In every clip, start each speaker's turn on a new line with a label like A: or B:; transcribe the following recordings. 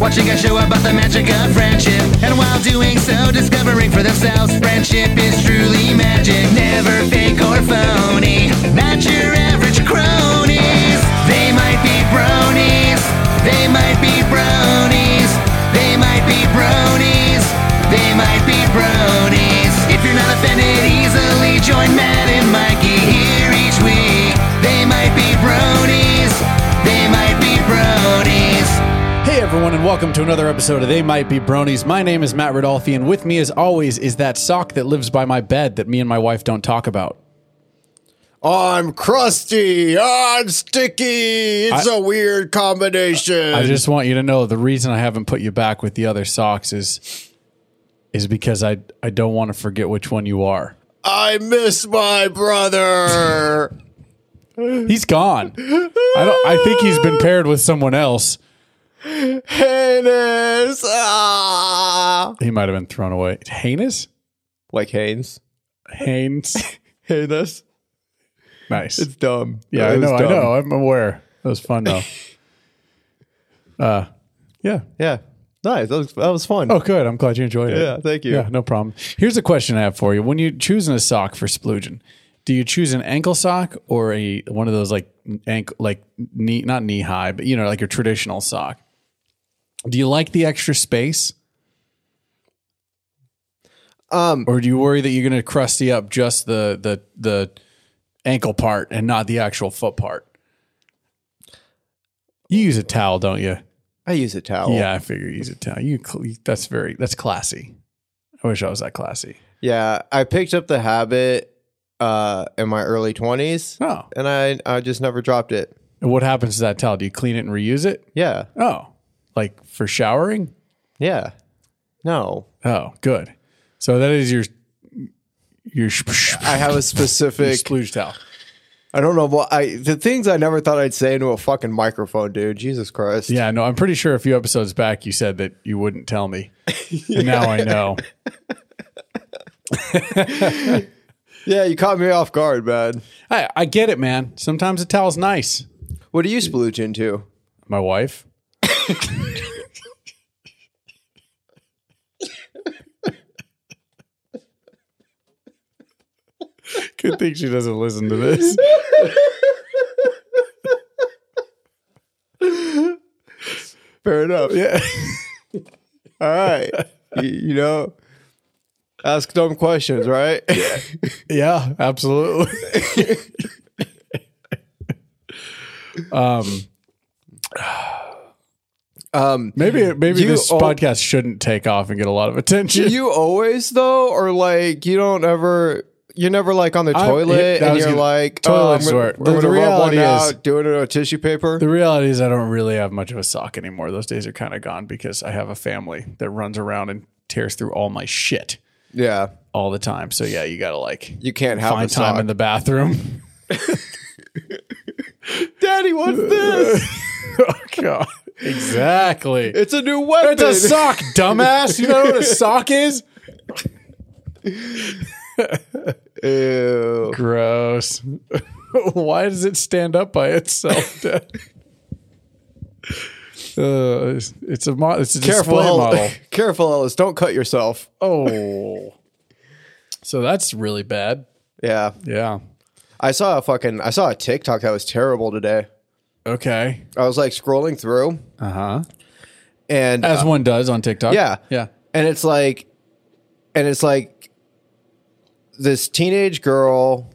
A: Watching a show about the magic of friendship. And while doing so, discovering for themselves friendship is truly magic. Never fake or phony. Not your average cronies. They might be bronies. They might be bronies. They might be bronies. They might be bronies. If you're not offended easily, join Matt and Mikey here each week. They might be bronies. They might be bronies.
B: Hey everyone, and welcome to another episode of They Might Be Bronies. My name is Matt Rodolfi, and with me, as always, is that sock that lives by my bed that me and my wife don't talk about.
C: I'm crusty. I'm sticky. It's a weird combination.
B: I just want you to know the reason I haven't put you back with the other socks is is because I I don't want to forget which one you are.
C: I miss my brother.
B: He's gone. I don't. I think he's been paired with someone else.
C: Heinous. Ah.
B: He might have been thrown away. Heinous.
D: Like Haynes.
B: Haynes.
D: Heinous.
B: Nice.
D: It's dumb.
B: yeah, I
D: It was
B: know. I
D: dumb.
B: know. I'm aware. That was fun though. uh, yeah.
D: Yeah. Nice. That was, that was fun.
B: Oh, good. I'm glad you enjoyed it.
D: Yeah, thank you.
B: Yeah, no problem. Here's a question I have for you: When you're choosing a sock for splooging, do you choose an ankle sock or a one of those like ankle, like knee, not knee high, but you know, like your traditional sock? Do you like the extra space,
D: Um,
B: or do you worry that you're going to crusty up just the the the ankle part and not the actual foot part? You use a towel, don't you?
D: I use a towel.
B: Yeah, I figure you use a towel. You cl- that's very that's classy. I wish I was that classy.
D: Yeah. I picked up the habit uh, in my early 20s
B: Oh,
D: and I, I just never dropped it.
B: And what happens to that towel? Do you clean it and reuse it?
D: Yeah.
B: Oh, like for showering?
D: Yeah. No.
B: Oh, good. So that is your your sh- sh-
D: I have a
B: your
D: specific.
B: splooge towel.
D: I don't know what I. The things I never thought I'd say into a fucking microphone, dude. Jesus Christ.
B: Yeah, no, I'm pretty sure a few episodes back you said that you wouldn't tell me, and now I know.
D: Yeah. You caught me off guard, man.
B: I I get it, man. Sometimes a towel's nice.
D: What do you splooge into?
B: My wife. Good thing she doesn't listen to this.
D: Fair enough. Yeah. All right. You, you know, ask dumb questions, right?
B: Yeah, absolutely. um,
D: Um,
B: maybe maybe
D: You
B: this
D: al-
B: podcast shouldn't take off and get a lot of attention.
D: do you always though, or like you don't ever? You're never like on the
B: I-
D: toilet,
B: yeah, that
D: and
B: was
D: you're
B: gonna-
D: like, "Oh,
B: toilets
D: I'm gonna-
B: were-
D: I'm
B: the-
D: gonna
B: the
D: rub one
B: reality is-
D: out, doing it on tissue paper.
B: the reality is, I don't really have much of a sock anymore. Those days are kind of gone because I have a family that runs around and tears through all my shit
D: yeah,
B: all the time. So yeah, you gotta like
D: you can't have
B: find
D: a
B: time
D: sock.
B: in the bathroom.
D: Daddy, what's this?
B: oh god, exactly.
D: it's a new weapon.
B: It's a sock, dumbass. You know what a sock is?
D: Ew.
B: Gross. Why does it stand up by itself? Dad? uh, it's, it's a mo- it's a
D: Careful,
B: display model.
D: Ellis. careful, Ellis. Don't cut yourself.
B: Oh, so that's really bad.
D: Yeah,
B: Yeah.
D: I saw a fucking. I saw a TikTok that was terrible today.
B: Okay.
D: I was like scrolling through,
B: Uh huh.
D: and
B: As one does on TikTok.
D: Yeah.
B: Uh, Yeah.
D: and it's like and it's like this teenage girl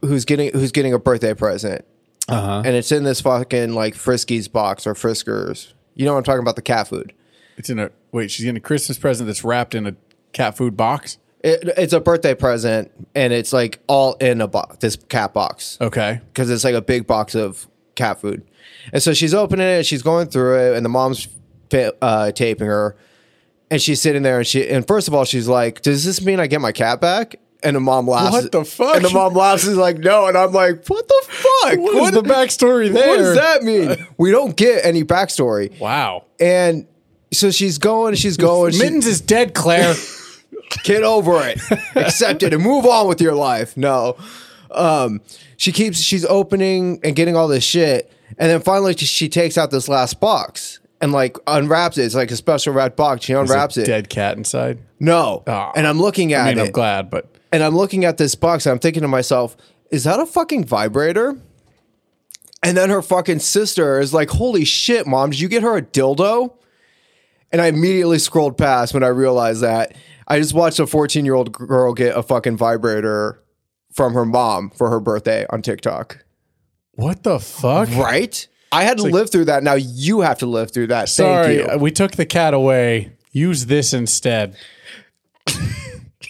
D: who's getting who's getting a birthday present
B: Uh huh.
D: and it's in this fucking like friskies box or friskers you know what i'm talking about the cat food
B: It's in a wait. She's in a Christmas present that's wrapped in a cat food box.
D: it, it's a birthday present and it's like all in a box this cat box
B: Okay.
D: because it's like a big box of cat food. And so she's opening it, she's going through it, and the mom's ta- uh, taping her, and she's sitting there, and she and first of all, she's like, "Does this mean I get my cat back?" And the mom laughs.
B: What the fuck?
D: And the mom laughs is like, "No," and I'm like, "What the fuck?
B: What is the backstory there?
D: What does that mean? We don't get any backstory."
B: Wow.
D: And so she's going, she's going, she-
B: Mittens is dead, Claire.
D: get over it accept it and move on with your life no um she keeps she's opening and getting all this shit and then finally she takes out this last box and like unwraps it. It's like a special wrap box. She
B: Is a
D: unwraps it.
B: Dead cat inside.
D: No.
B: Ah.
D: and I'm looking at
B: I mean,
D: it.
B: I'm glad, but
D: and I'm looking at this box and I'm thinking to myself, is that a fucking vibrator? And then her fucking sister is like, holy shit, mom, did you get her a dildo? And I immediately scrolled past when I realized that. I just watched a 14 year old girl get a fucking vibrator from her mom for her birthday on TikTok.
B: what the fuck?
D: Right? I had to live through that. Now you have to live through that.
B: Sorry, uh,
D: Thank you.
B: we took the cat away. Use this instead.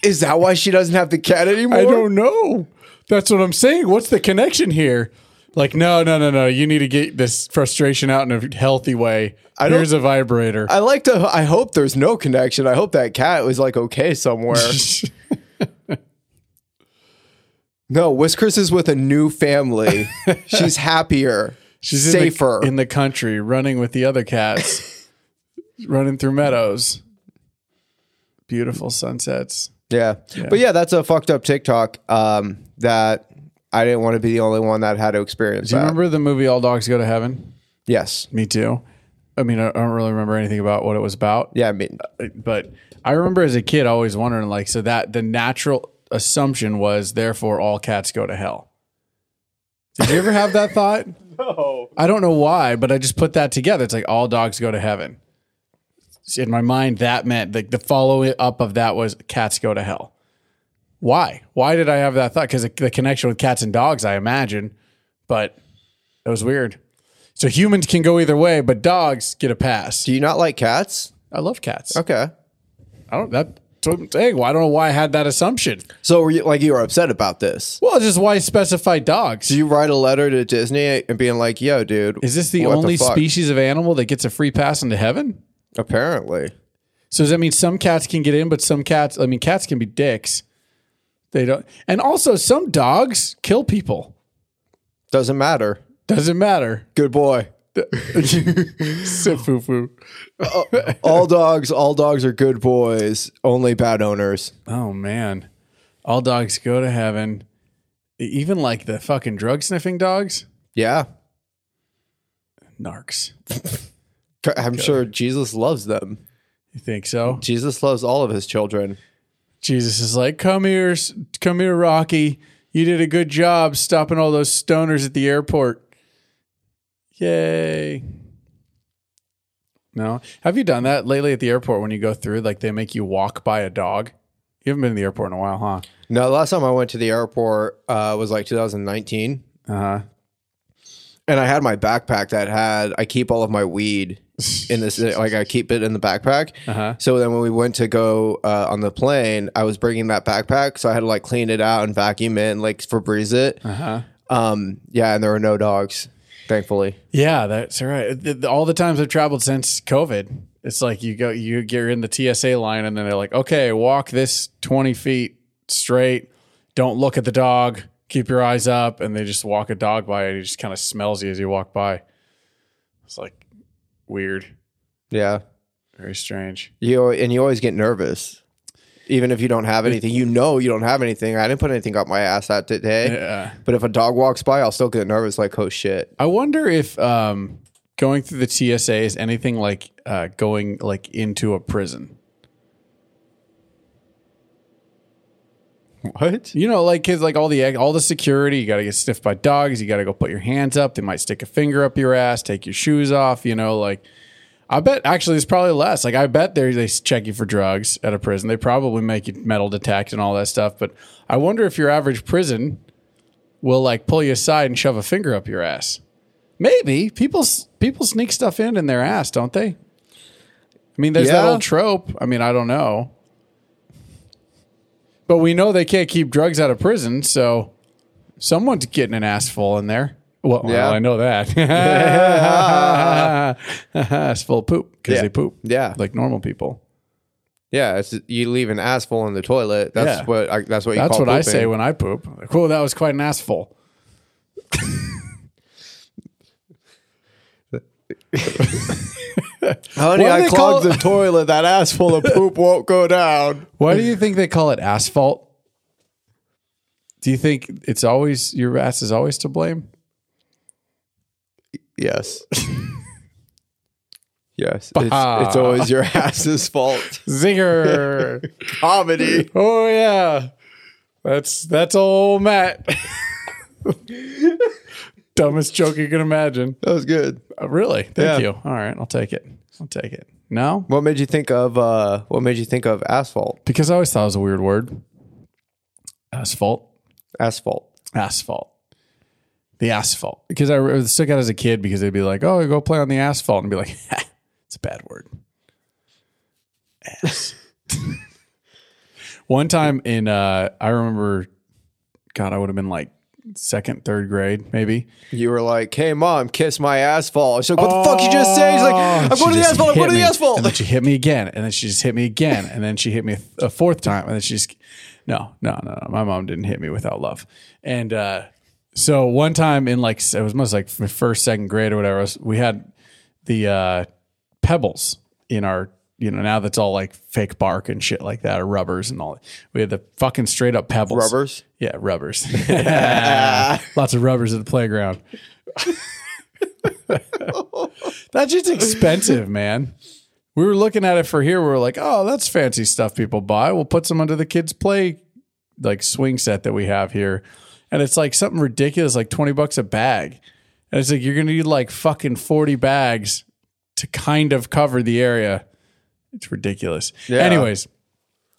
D: Is that why she doesn't have the cat anymore?
B: I don't know. That's what I'm saying. What's the connection here? Like, no, no, no, no. You need to get this frustration out in a healthy way.
D: I don't-
B: Here's a vibrator.
D: I like to. I hope there's no connection. I hope that cat was like okay somewhere. no, Whiskers is with a new family. She's happier.
B: She's in the-
D: safer.
B: in the, country, running with the other cats, running through meadows. Beautiful sunsets.
D: yeah. but yeah, that's a fucked up TikTok um, that I didn't want to be the only one that had to experience.
B: Do you
D: that.
B: remember the movie All Dogs Go to Heaven?
D: Yes.
B: Me too. I mean, I I don't really remember anything about what it was about.
D: Yeah. I mean,
B: but I remember as a kid always wondering like so that the natural assumption was therefore all cats go to hell. Did you ever have that thought? No. I don't know why, but I just put that together. It's like all dogs go to heaven. In my mind, that meant like the follow up of that was cats go to hell. Why? Why did I have that thought? Because the connection with cats and dogs, I imagine, but it was weird. So humans can go either way, but dogs get a pass.
D: do you not like cats?
B: I love cats.
D: Okay.
B: I don't that dang, well, I don't know why I had that assumption.
D: So were you like you were upset about this?
B: Well, just why specify dogs?
D: Do you write a letter to Disney and being like, "Yo, dude,
B: Is this the
D: what
B: only
D: fuck?
B: species of animal that gets a free pass into heaven?
D: Apparently,
B: So does that mean some cats can get in, but some cats I mean cats can be dicks. They don't and also some dogs kill people.
D: doesn't matter.
B: Doesn't matter.
D: Good boy.
B: Sit foo foo.
D: all dogs, all dogs are good boys. Only bad owners.
B: Oh man. All dogs go to heaven. E, Even like the fucking drug sniffing dogs?
D: Yeah,
B: Narcs.
D: I'm sure Jesus loves them.
B: You think so?
D: Jesus loves all of his children.
B: Jesus is like, "Come here, s- come here, Rocky. You did a good job stopping all those stoners at the airport." Yay! No, have you done that lately at the airport when you go through? Like they make you walk by a dog. You haven't been in the airport in a while, huh?
D: No, the last time I went to the airport uh, was like 2019,
B: Uh
D: Uh-huh.
B: huh.
D: and I had my backpack that had I keep all of my weed in this. like I keep it in the backpack.
B: Uh-huh.
D: So then when we went to go uh, on the plane, I was bringing that backpack, so I had to like clean it out and vacuum it and like Febreze it.
B: Uh huh.
D: Um, yeah, and there were no dogs, thankfully.
B: Yeah, that's right. Th- th- All the times I've traveled since COVID, it's like you go, you get in the TSA line, and then they're like, "Okay, walk this twenty feet straight. Don't look at the dog. Keep your eyes up." And they just walk a dog by, and he just kind of smells you as you walk by. It's like weird,
D: Yeah.
B: very strange.
D: You al- and you always get nervous, even if you don't have anything. You know you don't have anything. I didn't put anything up my ass that today.
B: Yeah.
D: But if a dog walks by, I'll still get nervous. Like, oh shit.
B: I wonder if um, going through the TSA is anything like uh, going like into a prison.
D: What?
B: You know, like kids, like all the all the security. You got to get sniffed by dogs. You got to go put your hands up. They might stick a finger up your ass, take your shoes off. You know, like I bet actually it's probably less. Like I bet they they check you for drugs at a prison. They probably make you metal detect and all that stuff. But I wonder if your average prison will like pull you aside and shove a finger up your ass. Maybe people s- people sneak stuff in in their ass, don't they? I mean, there's that
D: Yeah.
B: old trope. I mean, I don't know. But we know they can't keep drugs out of prison, so someone's getting an ass full in there. Well,
D: Yeah.
B: well I know that. ass full of poop because
D: Yeah.
B: they poop.
D: Yeah.
B: Like normal people.
D: Yeah. It's, you leave an ass full in the toilet. That's
B: Yeah.
D: what. I, that's what. You
B: That's
D: call
B: what I
D: pooping.
B: say when I poop. Like, Whoa, that was quite an ass full.
D: Honey,
B: What do
D: I
B: they
D: clogged
B: call-
D: the toilet. That ass full of poop won't go down.
B: Why do you think they call it asphalt? Do you think it's always your ass is always to blame?
D: Yes. Yes, it's, it's always your ass's fault.
B: Zinger.
D: Comedy.
B: oh yeah. That's that's old Matt. Dumbest joke you can imagine.
D: That was good.
B: Uh, really?
D: Yeah.
B: Thank you. All right, I'll take it. I'll take it. No?
D: What made you think of uh, what made you think of asphalt?
B: Because I always thought it was a weird word. Asphalt.
D: Asphalt.
B: asphalt. The asphalt. Because I it stuck out as a kid because they'd be like, oh, go play on the asphalt and be like, "Ha, it's a bad word. Ass. One time in, uh, I remember, God, I would have been like second, third grade, maybe.
D: You were like, "Hey, mom, kiss my asphalt." She's like, "What the fuck you just say?" He's like, "I'm
B: Oh, She
D: going to the
B: just
D: asphalt. I'm
B: hit
D: going to the
B: me, And then
D: asphalt."
B: she hit me again. And then she just hit me again. And then she hit me a, th- a fourth time. And then she just, no, no, no, no. My mom didn't hit me without love. And uh, so one time in like, it was most like f- first, second grade or whatever, we had the uh, pebbles in our, you know, now that's all like fake bark and shit like that or rubbers and all. that. We had the fucking straight up pebbles.
D: Rubbers?
B: Yeah, rubbers. Lots of rubbers at the playground. That's just expensive, man. We were looking at it for here. We were like, oh, that's fancy stuff people buy. We'll put some under the kids' play like swing set that we have here. And it's like something ridiculous, like 20 bucks a bag. And it's like you're gonna need like fucking 40 bags to kind of cover the area. It's ridiculous. Anyways,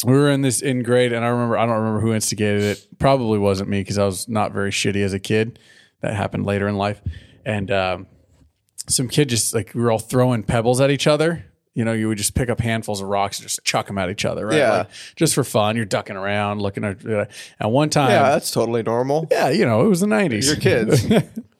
B: we were in this in grade, and I remember I don't remember who instigated it. Probably wasn't me because I was not very shitty as a kid. That happened later in life, and um, some kid just like we were all throwing pebbles at each other. You know, you would just pick up handfuls of rocks and just chuck them at each other, right?
D: Yeah.
B: Like, just for fun. You're ducking around, looking at. And one time,
D: Yeah,
B: yeah,
D: that's totally normal.
B: you know, it was the '90s.
D: Your kids.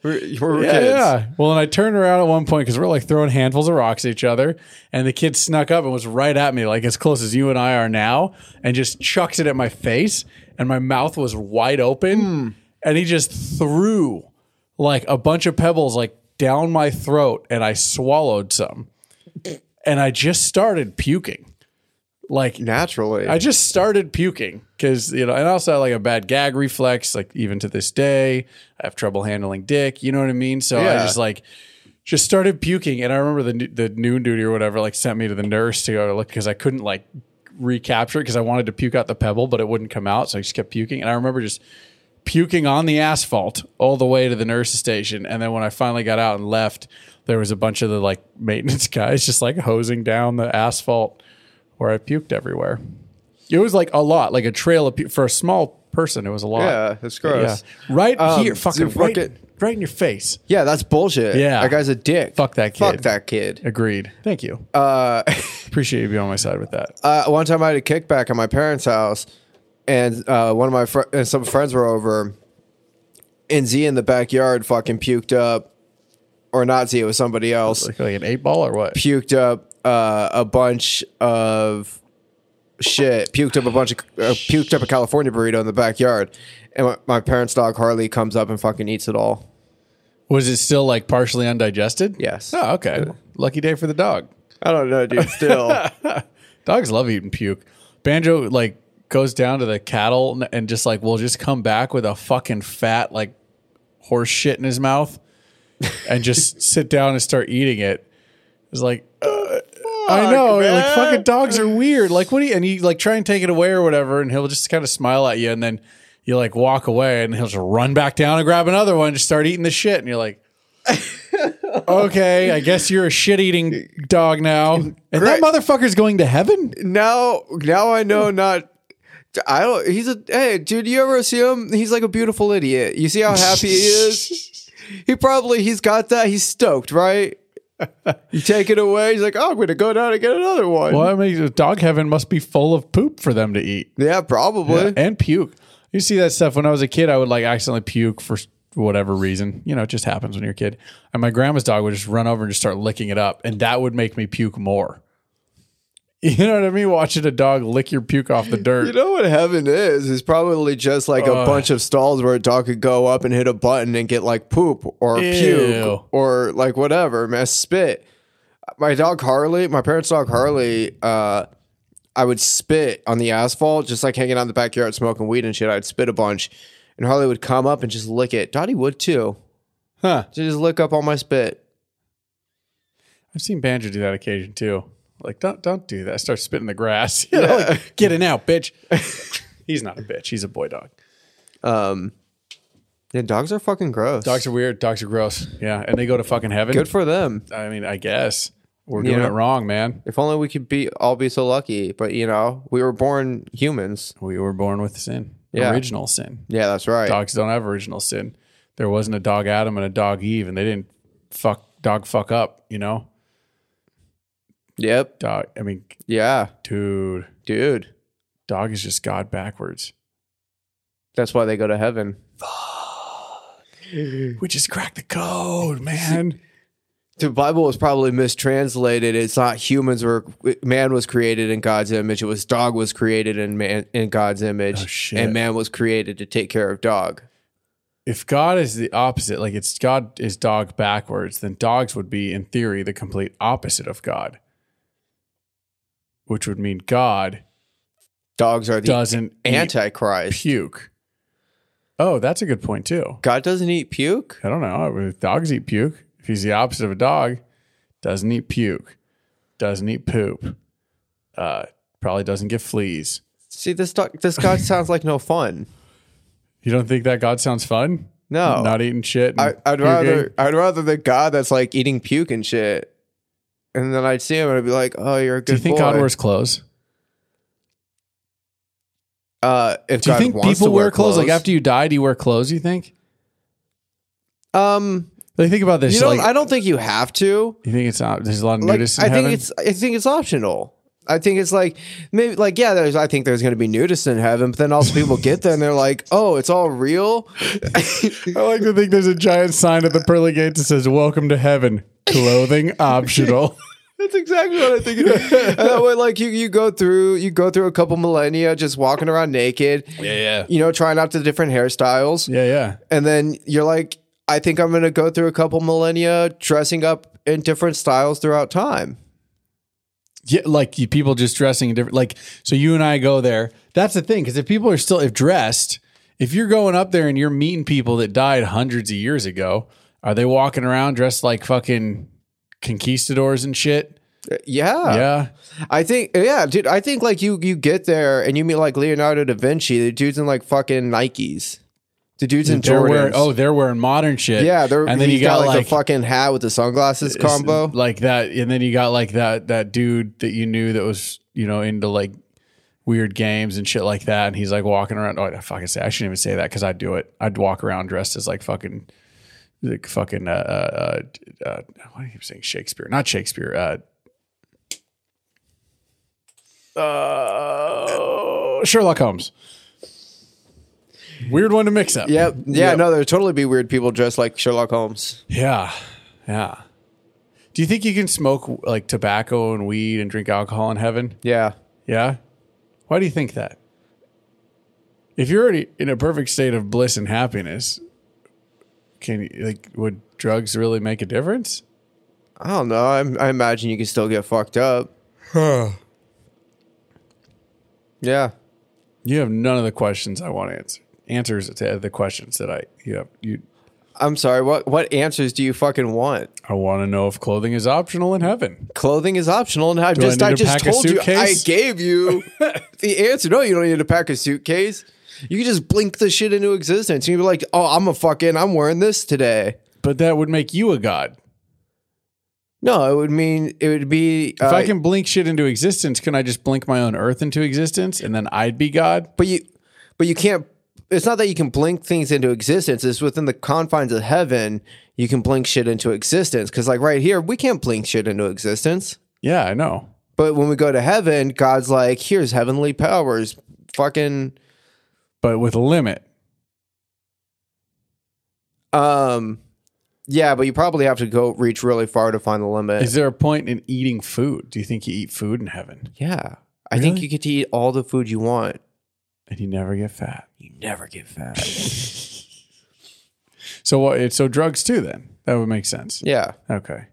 D: We're, we're
B: Yeah,
D: kids.
B: yeah. Well, and I turned around at one point because we're like throwing handfuls of rocks at each other, and the kid snuck up and was right at me, like as close as you and I are now, and just chucks it at my face, and my mouth was wide open,
D: Hmm.
B: and he just threw like a bunch of pebbles like down my throat, and I swallowed some, and I just started puking, like
D: Naturally.
B: I just started puking because you know, and also I had, like a bad gag reflex. Like even to this day, I have trouble handling dick. You know what I mean? So I
D: Yeah.
B: just like just started puking, and I remember the nu- the noon duty or whatever like sent me to the nurse to go look because I couldn't like recapture it because I wanted to puke out the pebble, but it wouldn't come out, so I just kept puking, and I remember just puking on the asphalt all the way to the nurse's station. And then when I finally got out and left, there was a bunch of the like maintenance guys just like hosing down the asphalt where I puked everywhere. It was like a lot, like a trail of pu- for a small person. It was a lot.
D: yeah, that's gross.
B: Yeah. right
D: Um,
B: here, fucking
D: so
B: right,
D: fuck it.
B: right in your face.
D: Yeah, that's bullshit.
B: Yeah.
D: that guy's a dick.
B: Fuck that kid.
D: Fuck that kid.
B: Agreed. Thank you.
D: Uh,
B: Appreciate you being on my side with that.
D: uh, one time I had a kickback at my parents' house, and uh, one of my fr- and some friends were over, and Z in the backyard fucking puked up, or not Z, it was somebody else
B: Like, like an eight ball or what?
D: puked up uh, a bunch of shit. Puked up a bunch of uh, puked up a California burrito in the backyard, and my, my parents' dog Harley comes up and fucking eats it all.
B: Was it still like partially undigested?
D: Yes.
B: Oh, okay. Lucky day for the dog.
D: I don't know, dude. Still,
B: Dogs love eating puke. Banjo like goes down to the cattle n- and just like will just come back with a fucking fat like horse shit in his mouth and just sit down and start eating it. It's like uh, I know, like fucking dogs are weird. Like what do you and you like try and take it away or whatever, and he'll just kind of smile at you, and then you like walk away, and he'll just run back down and grab another one, and just start eating the shit, and you're like. okay, I guess you're a shit eating dog now. And that
D: Great.
B: motherfucker's going to heaven?
D: now now I know not. I don't. He's a hey, dude. You ever see him? He's like a beautiful idiot. You see how happy he is. He probably he's got that. He's stoked, right? You take it away. He's like, oh, I'm gonna go down and get another one.
B: Well, I mean, dog heaven must be full of poop for them to eat
D: Yeah, probably.
B: and puke. You see that stuff when I was a kid, I would like accidentally puke for whatever reason. You know, it just happens when you're a kid. And my grandma's dog would just run over and just start licking it up, and that would make me puke more. You know what I mean? Watching a dog lick your puke off the dirt.
D: You know what heaven is? Is probably just like
B: Uh.
D: a bunch of stalls where a dog could go up and hit a button and get like poop or
B: Ew.
D: puke or like whatever, man, spit. My dog Harley, my parents' dog Harley, uh, I would spit on the asphalt, just like hanging out in the backyard smoking weed and shit. I'd spit a bunch, and Harley would come up and just lick it. Dottie would too.
B: Huh.
D: She'd just lick up all my spit.
B: I I've seen Banjo do that occasion too. Like, don't don't do that. Start spitting the grass. You know, like, get it out, bitch. He's not a bitch. He's a boy dog.
D: Um, Yeah, dogs are fucking gross.
B: Dogs are weird. Dogs are gross. Yeah, and they go to fucking heaven.
D: good for them.
B: I mean, I guess we're
D: You
B: doing
D: know?
B: it wrong, man.
D: If only we could be all be so lucky. But you know, we were born humans.
B: We were born with sin.
D: Yeah.
B: Original sin.
D: Yeah, that's right.
B: Dogs don't have original sin. There wasn't a dog Adam and a dog Eve, and they didn't fuck dog fuck up. You know,
D: Yep.
B: dog. I mean,
D: Yeah,
B: dude,
D: dude.
B: dog is just God backwards.
D: That's why they go to heaven.
B: We just cracked the code, man.
D: The Bible was probably mistranslated. It's not humans were man was created in God's image. It was dog was created in man in God's image,
B: Oh, shit.
D: and man was created to take care of dog.
B: if God is the opposite, like it's God is dog backwards, then dogs would be, in theory, the complete opposite of God, which would mean God
D: Dogs are the
B: doesn't eat
D: antichrist.
B: puke. Oh, that's a good point too.
D: God doesn't eat puke.
B: I don't know. If dogs eat puke, if he's the opposite of a dog, doesn't eat puke, doesn't eat poop, uh, probably doesn't get fleas.
D: See this dog. This God sounds like no fun.
B: You don't think that God sounds fun?
D: No.
B: not eating shit. and
D: I, I'd
B: puking?
D: rather I'd rather the God that's like eating puke and shit, and then I'd see him and I'd be like, "Oh, you're a good."
B: Do you think
D: boy.
B: God wears clothes?
D: Uh, if
B: Do you
D: God
B: think
D: wants
B: people
D: to
B: wear, clothes? Like after you die, do you wear clothes? You think?
D: Um,
B: Like think about this.
D: you know,
B: like,
D: I don't think you have to.
B: you think it's not? There's a lot of
D: Like,
B: nudists.
D: I
B: in
D: think
B: heaven?
D: it's I think it's optional. I think it's like maybe like yeah, there's I think there's gonna be nudists in heaven, but then also people get there and they're like, oh, it's all real.
B: I like to think there's a giant sign at the pearly gates that says "Welcome to Heaven." Clothing optional.
D: That's exactly what I think. It is. and that way, like you, you go through, you go through a couple millennia just walking around naked.
B: yeah.
D: You know, trying out the different hairstyles.
B: Yeah, yeah.
D: and then you're like, I think I'm gonna go through a couple millennia dressing up in different styles throughout time.
B: Yeah, like you, people just dressing in different. Like, so you and I go there. That's the thing, because if people are still if dressed, if you're going up there and you're meeting people that died hundreds of years ago, are they walking around dressed like fucking conquistadors and shit?
D: Yeah.
B: yeah,
D: I think yeah, dude. I think like you you get there and you meet like Leonardo da Vinci. The dude's in like fucking Nikes. The dude's in
B: they're
D: Jordans.
B: wearing oh they're wearing modern shit.
D: yeah, they're,
B: and then you got, like
D: the fucking hat with the sunglasses combo.
B: like that, and then you got like that that dude that you knew that was you know into like weird games and shit like that, and he's like walking around. Oh, I fucking say I shouldn't even say that because I'd do it. I'd walk around dressed as like fucking like fucking uh uh, uh, uh why do I keep saying Shakespeare? Not Shakespeare. Uh, uh, Sherlock Holmes. Weird one to mix up.
D: Yep. Yeah. No, there'd totally be weird people dressed like Sherlock Holmes.
B: Yeah. Yeah. Do you think you can smoke like tobacco and weed and drink alcohol in heaven?
D: Yeah.
B: Yeah. Why do you think that? If you're already in a perfect state of bliss and happiness, can you, like would drugs really make a difference?
D: I don't know. I, I imagine you can still get fucked up. yeah.
B: You have none of the questions I want answered. Answers to the questions that I you have you
D: I'm sorry. What what answers do you fucking want?
B: I want to know if clothing is optional in heaven.
D: Clothing is optional, and I
B: I
D: just
B: need
D: I,
B: to
D: just
B: pack a
D: told you I
B: suitcase?
D: gave you the answer. No, you don't need to pack a suitcase. You can just blink the shit into existence. You'd be like, oh, I'm a fucking I'm wearing this today.
B: But that would make you a god.
D: No, it would mean it would be.
B: If
D: uh,
B: I can blink shit into existence, can I just blink my own earth into existence and then I'd be God?
D: but you, but you can't. It's not that you can blink things into existence. It's within the confines of heaven you can blink shit into existence. Because like right here, we can't blink shit into existence.
B: Yeah, I know.
D: But when we go to heaven, God's like, here's heavenly powers. Fucking
B: But with a limit.
D: Um, yeah, but you probably have to go reach really far to find the limit.
B: Is there a point in eating food? Do you think you eat food in heaven
D: yeah, I think you get to eat all the food you want.
B: and you never get fat?
D: You never get fat.
B: So what? It's so drugs too. Then that would make sense.
D: yeah,
B: Okay.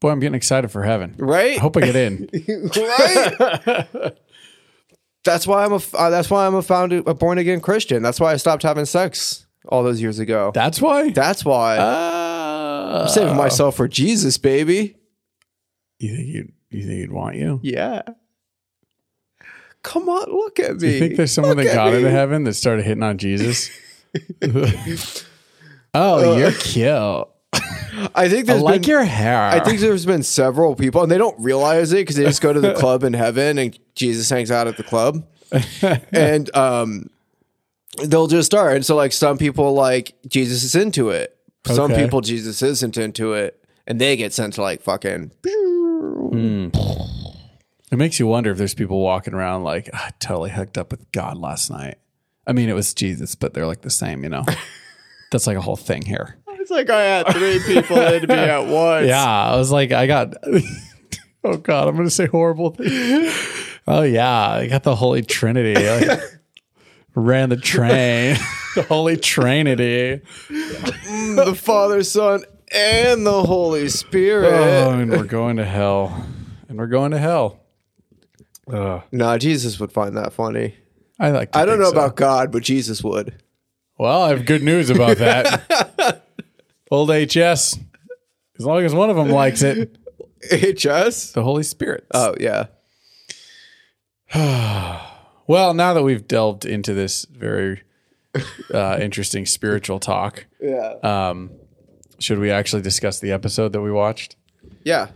B: Boy, I'm getting excited for heaven.
D: right.
B: I hope I get in.
D: right. that's why I'm a. f- Uh, that's why I'm a founded, a born again Christian. That's why I stopped having sex all those years ago.
B: That's why.
D: that's why.
B: Ah,
D: I'm saving myself for Jesus, baby.
B: You think you you think you'd want you?
D: Yeah. Come on, look at me.
B: You think there's someone
D: Look
B: that
D: at
B: got
D: me.
B: into heaven that started hitting on Jesus? oh, you're cute.
D: I
B: I
D: think Uh, there's
B: like
D: been,
B: your hair.
D: I think there's been several people, and they don't realize it because they just go to the club in heaven, and Jesus hangs out at the club, and um, they'll just start. And so, like some people, like Jesus is into it. Some
B: Okay.
D: people, Jesus isn't into it, and they get sent to like fucking.
B: it makes you wonder if there's people walking around like "Ah, I totally hooked up with God last night. I mean, it was Jesus, but they're like the same, you know. That's like a whole thing here.
C: It's like I had three people in me at once.
B: Yeah, I was like, I got. oh God, I'm gonna say horrible things. Oh yeah, I got the Holy Trinity. Like, ran the train, the Holy Trinity.
D: the Father, Son, and the Holy Spirit.
B: Oh, and we're going to hell, and we're going to hell.
D: Nah, Jesus would find that funny.
B: I like. To
D: I don't
B: think
D: know
B: so.
D: about God, but Jesus would.
B: Well, I have good news about that. Old HS. As long as one of them likes it,
D: HS?
B: the Holy Spirit.
D: Oh yeah.
B: well, now that we've delved into this very uh, interesting spiritual talk,
D: Yeah.
B: should we actually discuss the episode that we watched?
D: yeah.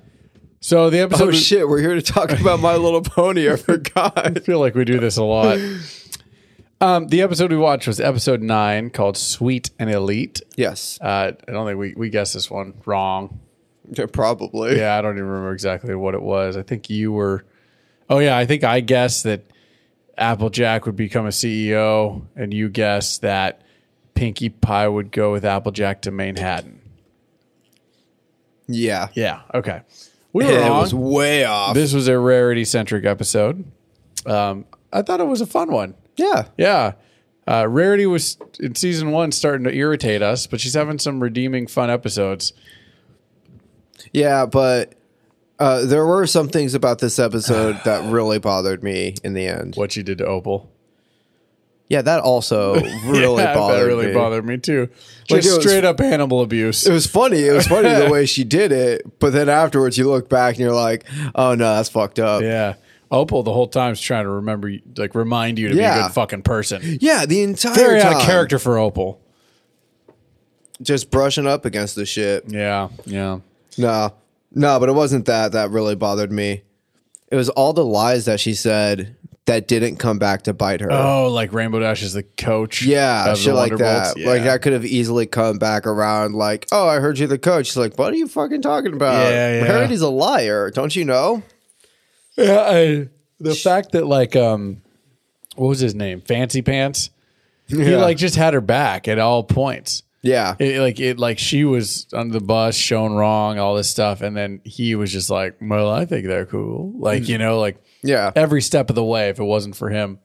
B: So the episode.
D: Oh shit, we're here to talk about My Little Pony. I forgot.
B: I feel like we do this a lot. Um, the episode we watched was episode nine called "Sweet and Elite."
D: Yes.
B: Uh, I don't think we we guessed this one wrong.
D: Yeah, Probably.
B: Yeah, I don't even remember exactly what it was. I think you were. Oh yeah, I think I guessed that Applejack would become a CEO, and you guessed that Pinkie Pie would go with Applejack to Manhattan.
D: Yeah.
B: Yeah. Okay. We were
D: Yeah,
B: wrong.
D: it was way off.
B: this was a rarity centric episode. Um, I thought it was a fun one.
D: yeah.
B: Yeah. Uh, Rarity was in season one starting to irritate us, but she's having some redeeming fun episodes.
D: Yeah, but uh, there were some things about this episode that really bothered me in the end.
B: What she did to Opal
D: Yeah, that also really
B: Yeah,
D: bothered
B: that really
D: me.
B: bothered me too.
D: Like,
B: Just
D: it was-
B: straight up animal abuse.
D: It was funny. It was funny the way she did it, but then afterwards you look back and you're like, "Oh no, that's fucked up."
B: yeah, Opal the whole time's trying to remember, you- like remind you to be a
D: Yeah.
B: good fucking person.
D: Yeah, the entire
B: Very out of
D: time.
B: character for Opal.
D: Just brushing up against the shit.
B: Yeah, yeah.
D: No, no, but it wasn't that that really bothered me. It was all the lies that she said that didn't come back to bite her.
B: Oh, like Rainbow Dash is the coach.
D: yeah,
B: of the
D: shit like that.
B: Wonderbolts? Yeah.
D: Like that could have easily come back around. Like, oh, I heard you the coach. She's like, what are you fucking talking about?
B: Yeah, yeah.
D: Parody's a liar. Don't you know?
B: Yeah, I, the fact that like um, what was his name? Fancy Pants. He
D: Yeah.
B: like just had her back at all points.
D: Yeah,
B: It, like it like she was under the bus, shown wrong, all this stuff, and then he was just like, "Well, I think they're cool."
D: Mm.
B: Like you know, like
D: yeah,
B: every step of the way. If it wasn't for him,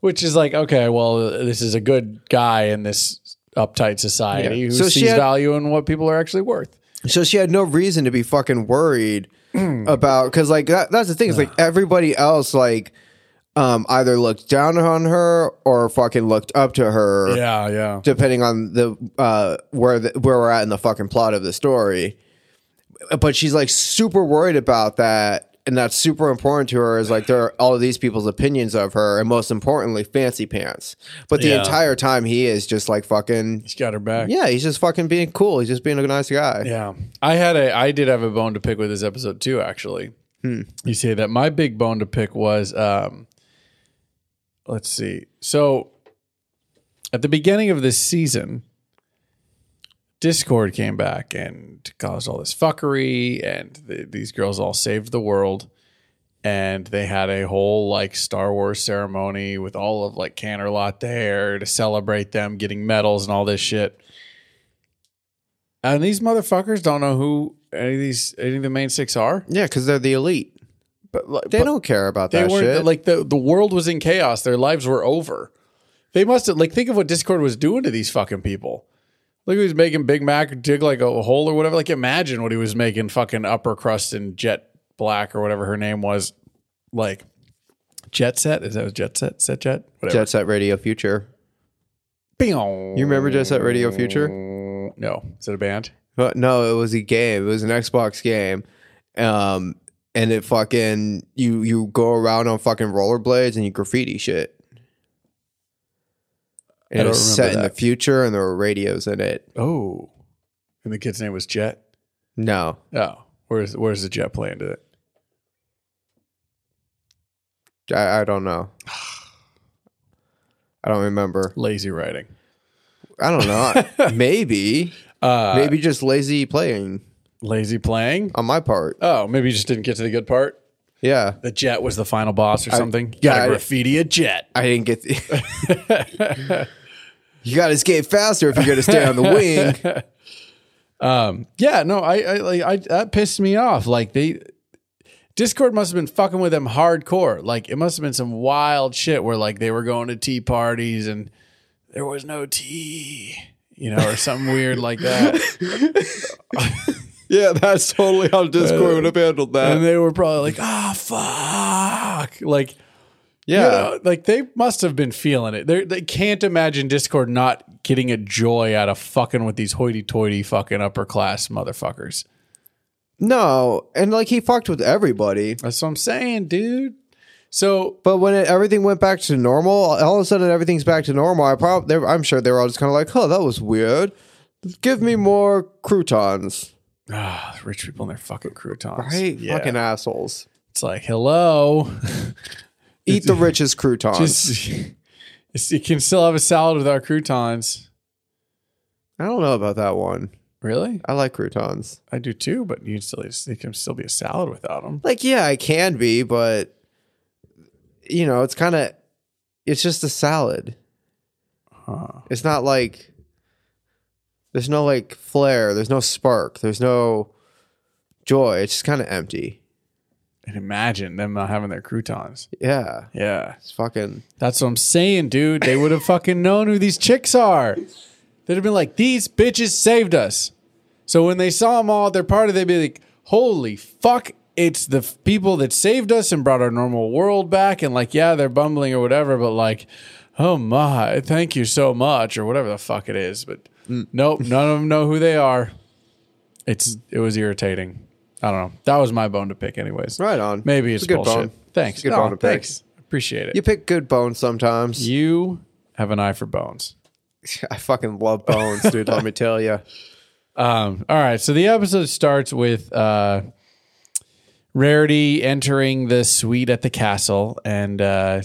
B: which is like, okay, well, this is a good guy in this uptight society
D: Yeah.
B: who
D: So she
B: sees
D: had-
B: value in what people are actually worth.
D: So she had no reason to be fucking worried about because like that, that's the thing. It's like everybody else like um, either looked down on her or fucking looked up to her,
B: Yeah, yeah.
D: depending on the uh, where the, where we're at in the fucking plot of the story. But she's like super worried about that, and that's super important to her. Is like there are all of these people's opinions of her, and most importantly, fancy pants. But the
B: Yeah.
D: entire time he is just like fucking.
B: He's got her back.
D: Yeah, he's just fucking being cool. He's just being a nice guy.
B: Yeah. I had a I did have a bone to pick with this episode too, actually. You say that my big bone to pick was um let's see. So at the beginning of this season, Discord came back and caused all this fuckery and th- these girls all saved the world and they had a whole like Star Wars ceremony with all of like Canterlot there to celebrate them getting medals and all this shit. And these motherfuckers don't know who any of these any of the main six are.
D: Yeah, because they're the elite.
B: But like,
D: They
B: but
D: don't care about
B: they
D: that
B: weren't
D: shit.
B: like the the world was in chaos. Their lives were over. They must have like think of what Discord was doing to these fucking people. Like he was making Big Mac dig like a hole or whatever. Like imagine what he was making fucking upper crust and Jet Black or whatever her name was. Like Jet Set is that was Jet Set Set Jet whatever.
D: Jet Set Radio Future.
B: Bing.
D: You remember Jet Set Radio Future?
B: No, is it a band?
D: But no, it was a game. It was an Xbox game. Um, and it fucking you you go around on fucking rollerblades and you graffiti shit.
B: I
D: And it
B: don't
D: was
B: remember
D: set in the
B: that.
D: future and there were radios in it.
B: Oh, and the kid's name was Jet.
D: No.
B: Oh, where's where's the Jet play into it?
D: I, I don't know. I don't remember.
B: Lazy writing.
D: I don't know. maybe.
B: Uh,
D: maybe just lazy playing
B: lazy playing.
D: on my part.
B: Oh, maybe you just didn't get to the good part.
D: Yeah.
B: The Jet was the final boss or something.
D: yeah,
B: Gotta
D: I-
B: graffiti a Jet.
D: I didn't get the. you got to escape faster if you're going to stay on the wing.
B: Yeah, no, I, I, like, I, that pissed me off. Like they, Discord must have been fucking with them hardcore. Like it must have been some wild shit where like they were going to tea parties and there was no tea, you know, or something weird like that.
D: Yeah, that's totally how Discord would have handled
B: And they were probably like, "Ah, fuck!" Like,
D: Yeah.
B: you know, like they must have been feeling it. They're, they can't imagine Discord not getting a joy out of fucking with these hoity-toity fucking upper class motherfuckers.
D: No, and like he fucked with everybody.
B: That's what I'm saying, dude. So
D: But when it, everything went back to normal, all of a sudden everything's back to normal. I probably, I'm sure they were all just kind of like, "Oh, that was weird. Give me more croutons."
B: Ah, rich people and their fucking croutons.
D: Right?
B: Yeah.
D: Fucking assholes.
B: It's like, hello.
D: Eat the richest croutons.
B: Just, it's- you can still have a salad with our croutons.
D: I don't know about that one.
B: Really?
D: I like croutons.
B: I do too, but you can still it can still be a salad without them.
D: Like, yeah, I can be, but you know, it's kind of, it's just a salad. It's not like there's no like flair. There's no spark. There's no joy. It's just kind of empty.
B: And imagine them not having their croutons.
D: Yeah,
B: Yeah.
D: it's fucking.
B: That's what I'm saying, dude. They would have fucking known who these chicks are. They'd have been like, these bitches saved us. So when they saw them all at their party, they'd be like, holy fuck, it's the f- people that saved us and brought our normal world back. And like, yeah, they're bumbling or whatever, but like, oh my, thank you so much or whatever the fuck it is. But
D: Mm.
B: nope, none of them know who they are. It's it was irritating. I don't know. That was my bone to pick, anyways.
D: Right on.
B: Maybe
D: It's
B: it's,
D: a good
B: bullshit.
D: bone.
B: Thanks.
D: It's a good
B: No,
D: bone to pick.
B: thanks. Appreciate it.
D: You pick good bones sometimes.
B: You have an eye for bones.
D: I fucking love bones, dude. let me tell you.
B: Um, all right. So the episode starts with uh, Rarity entering the suite at the castle, and uh,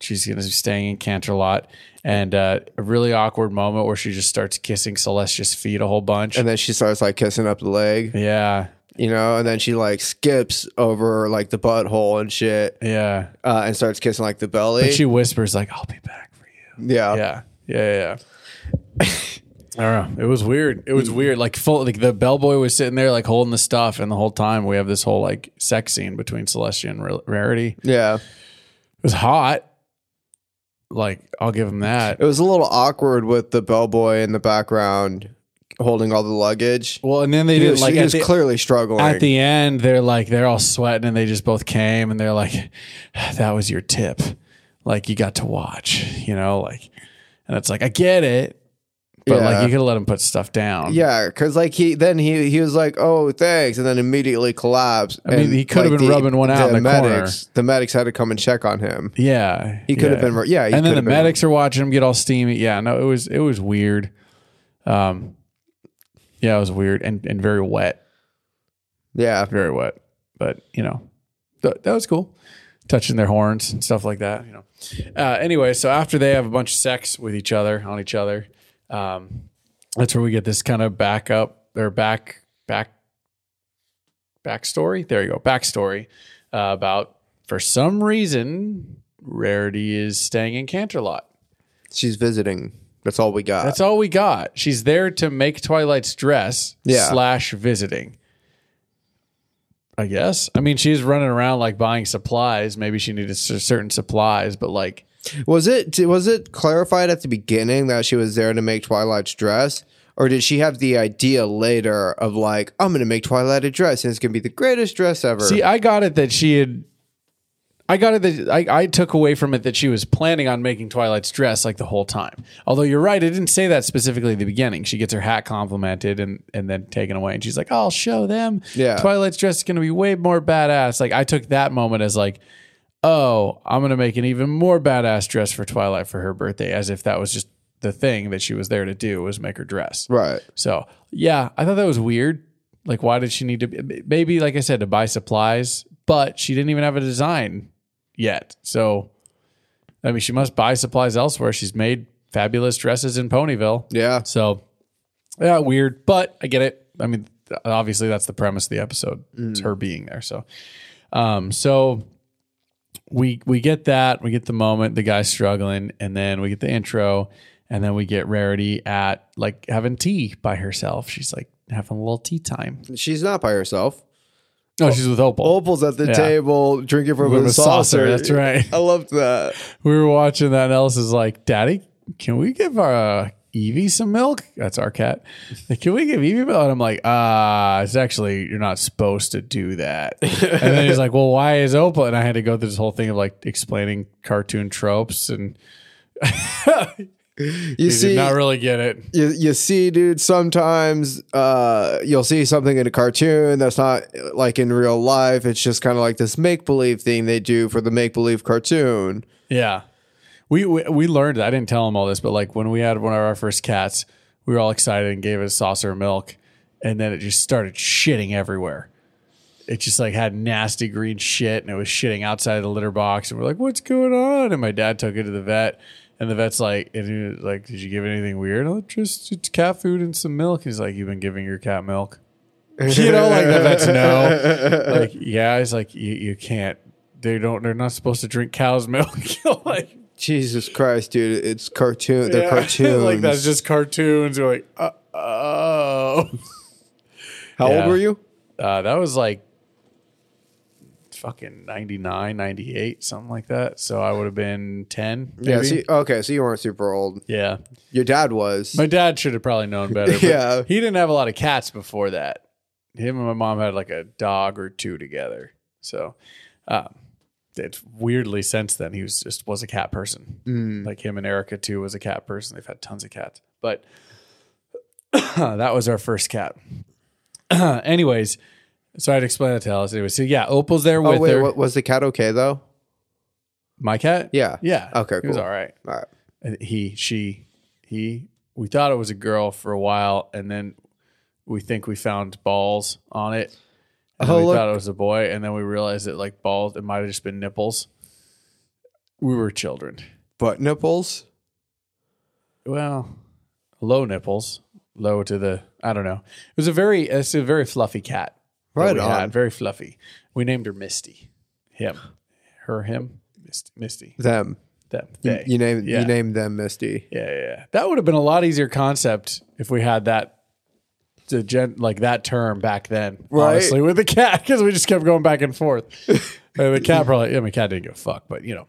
B: she's going to be staying in Canterlot. And uh, a really awkward moment where she just starts kissing Celestia's feet a whole bunch.
D: And then she starts like kissing up the leg,
B: yeah.
D: you know, and then she like skips over like the butthole and shit,
B: Yeah.
D: uh, and starts kissing like the belly.
B: But she whispers, like, I'll be back for you.
D: yeah,
B: yeah, yeah, yeah. yeah. I don't know. It was weird. It was weird. Like full, like the bellboy was sitting there, like holding the stuff, and the whole time we have this whole like sex scene between Celestia and Ra- Rarity. It
D: yeah.
B: was hot. Like I'll give him that.
D: It was a little awkward with the bellboy in the background holding all the luggage.
B: Well, and then they
D: He
B: did
D: was,
B: like
D: he
B: at
D: was
B: the-
D: clearly struggling.
B: at the end they're like they're all sweating and they just both came and they're like that was your tip like you got to watch you know like and it's like i get it but
D: Yeah.
B: like you could let him put stuff down
D: yeah, because like he then he he was like, "Oh, thanks," and then immediately collapsed.
B: I mean,
D: And,
B: he could have
D: like,
B: been rubbing one out in the corner.
D: medics, The medics had to come and check on him.
B: Yeah,
D: He could have been- yeah,
B: and
D: he could
B: then the
D: have been-
B: medics are watching him get all steamy. Yeah, no, it was it was weird. Um, yeah, it was weird and and very wet,
D: Yeah,
B: very wet. But you know, th- that was cool. Touching their horns and stuff like that. You know. Uh, anyway, so after they have a bunch of sex with each other on each other, um, that's where we get this kind of back up or back back backstory. There you go, backstory uh, about for some reason Rarity is staying in Canterlot.
D: she's visiting. That's all we got.
B: That's all we got. She's there to make Twilight's dress
D: Yeah.
B: slash visiting. I guess. I mean, she's running around like buying supplies. Maybe she needed cer- certain supplies, but like,
D: was it was it clarified at the beginning that she was there to make Twilight's dress? Or did she have the idea later of like, I'm gonna make Twilight a dress and it's gonna be the greatest dress ever?
B: see, I got it that she had. I got it. That I, I took away from it that she was planning on making Twilight's dress like the whole time. Although you're right, I didn't say that specifically at the beginning. She gets her hat complimented and and then taken away, and she's like, "I'll show them."
D: Yeah.
B: Twilight's dress is going to be way more badass. Like I took that moment as like, "Oh, I'm going to make an even more badass dress for Twilight for her birthday," as if that was just the thing that she was there to do was make her dress.
D: Right.
B: So yeah, I thought that was weird. Like, why did she need to? Maybe, like I said, to buy supplies, but she didn't even have a design yet. So, I mean, she must buy supplies elsewhere. She's made fabulous dresses in Ponyville.
D: Yeah.
B: So, yeah, weird, but I get it. I mean, th- obviously, that's the premise of the episode. It's her being there. So, um, so we we get that we get the moment the guy's struggling and then we get the intro and then we get rarity at like having tea by herself she's like having a little tea time
D: She's not by herself.
B: no she's with opal
D: Opal's at the
B: Yeah.
D: table drinking from
B: With
D: a
B: a saucer,
D: saucer.
B: that's right.
D: I loved that.
B: we were watching that and ellis is like daddy can we give uh evie some milk that's our cat Like, can we give evie milk and i'm like ah it's actually you're not supposed to do that and then he's like well why is opal and i had to go through this whole thing of like explaining cartoon tropes and
D: You
B: he did
D: see,
B: not really get it
D: you, you see, dude, sometimes uh, you'll see something in a cartoon that's not uh, like in real life. It's just kind of like this make believe thing they do for the make believe cartoon.
B: Yeah. We, we we learned I didn't tell him all this, but like when we had one of our first cats, we were all excited and gave it a saucer of milk, and then it just started shitting everywhere. It just like had nasty green shit, and it was shitting outside the litter box, and we're like, "What's going on?" And my dad took it to the vet, and the vet's like, "And he was like, did you give it anything weird?" Oh, just it's cat food and some milk. He's like, "You've been giving your cat milk." you know, like the vets know. Like, yeah, he's like, you, you can't. They don't. They're not supposed to drink cow's milk. like,
D: Jesus Christ, dude! It's cartoon. They're
B: yeah.
D: cartoons.
B: like that's just cartoons. You're like, uh, oh.
D: How
B: Yeah.
D: old were you?
B: Uh, that was like fucking 99, 98, something like that. So I would have been 10.
D: Yeah.
B: maybe.
D: See, okay, so you weren't super old.
B: yeah.
D: Your dad was.
B: My dad should have probably known better. but
D: Yeah.
B: He didn't have a lot of cats before that. Him and my mom had like a dog or two together. So um, it's weirdly since then he was just was a cat person.
D: Mm.
B: Like him and Erica too was a cat person. They've had tons of cats. But that was our first cat. Anyways, so I'd explain that to Alice. Anyway, so yeah, Opal's there
D: oh
B: with
D: wait,
B: her.
D: what, was the cat okay though?
B: My cat?
D: Yeah.
B: Yeah.
D: Okay,
B: He was
D: cool.
B: all right.
D: All right.
B: And he she he we thought it was a girl for a while and then we think we found balls on it and
D: Oh,
B: we
D: look.
B: thought it was a boy and then we realized that like balls it might have just been nipples we were children
D: Butt nipples.
B: well low nipples low to the i don't know it was a very it's a very fluffy cat that
D: Right
B: we
D: on.
B: very fluffy we named her misty him her him misty, misty
D: Them.
B: them
D: You,
B: they.
D: you name.
B: Yeah.
D: You name them Misty.
B: Yeah, yeah, yeah. That would have been a lot easier concept if we had that the gen, like that term back then.
D: Right.
B: Honestly, with the cat because we just kept going back and forth. And the cat probably. I mean, cat didn't give a fuck, but you know.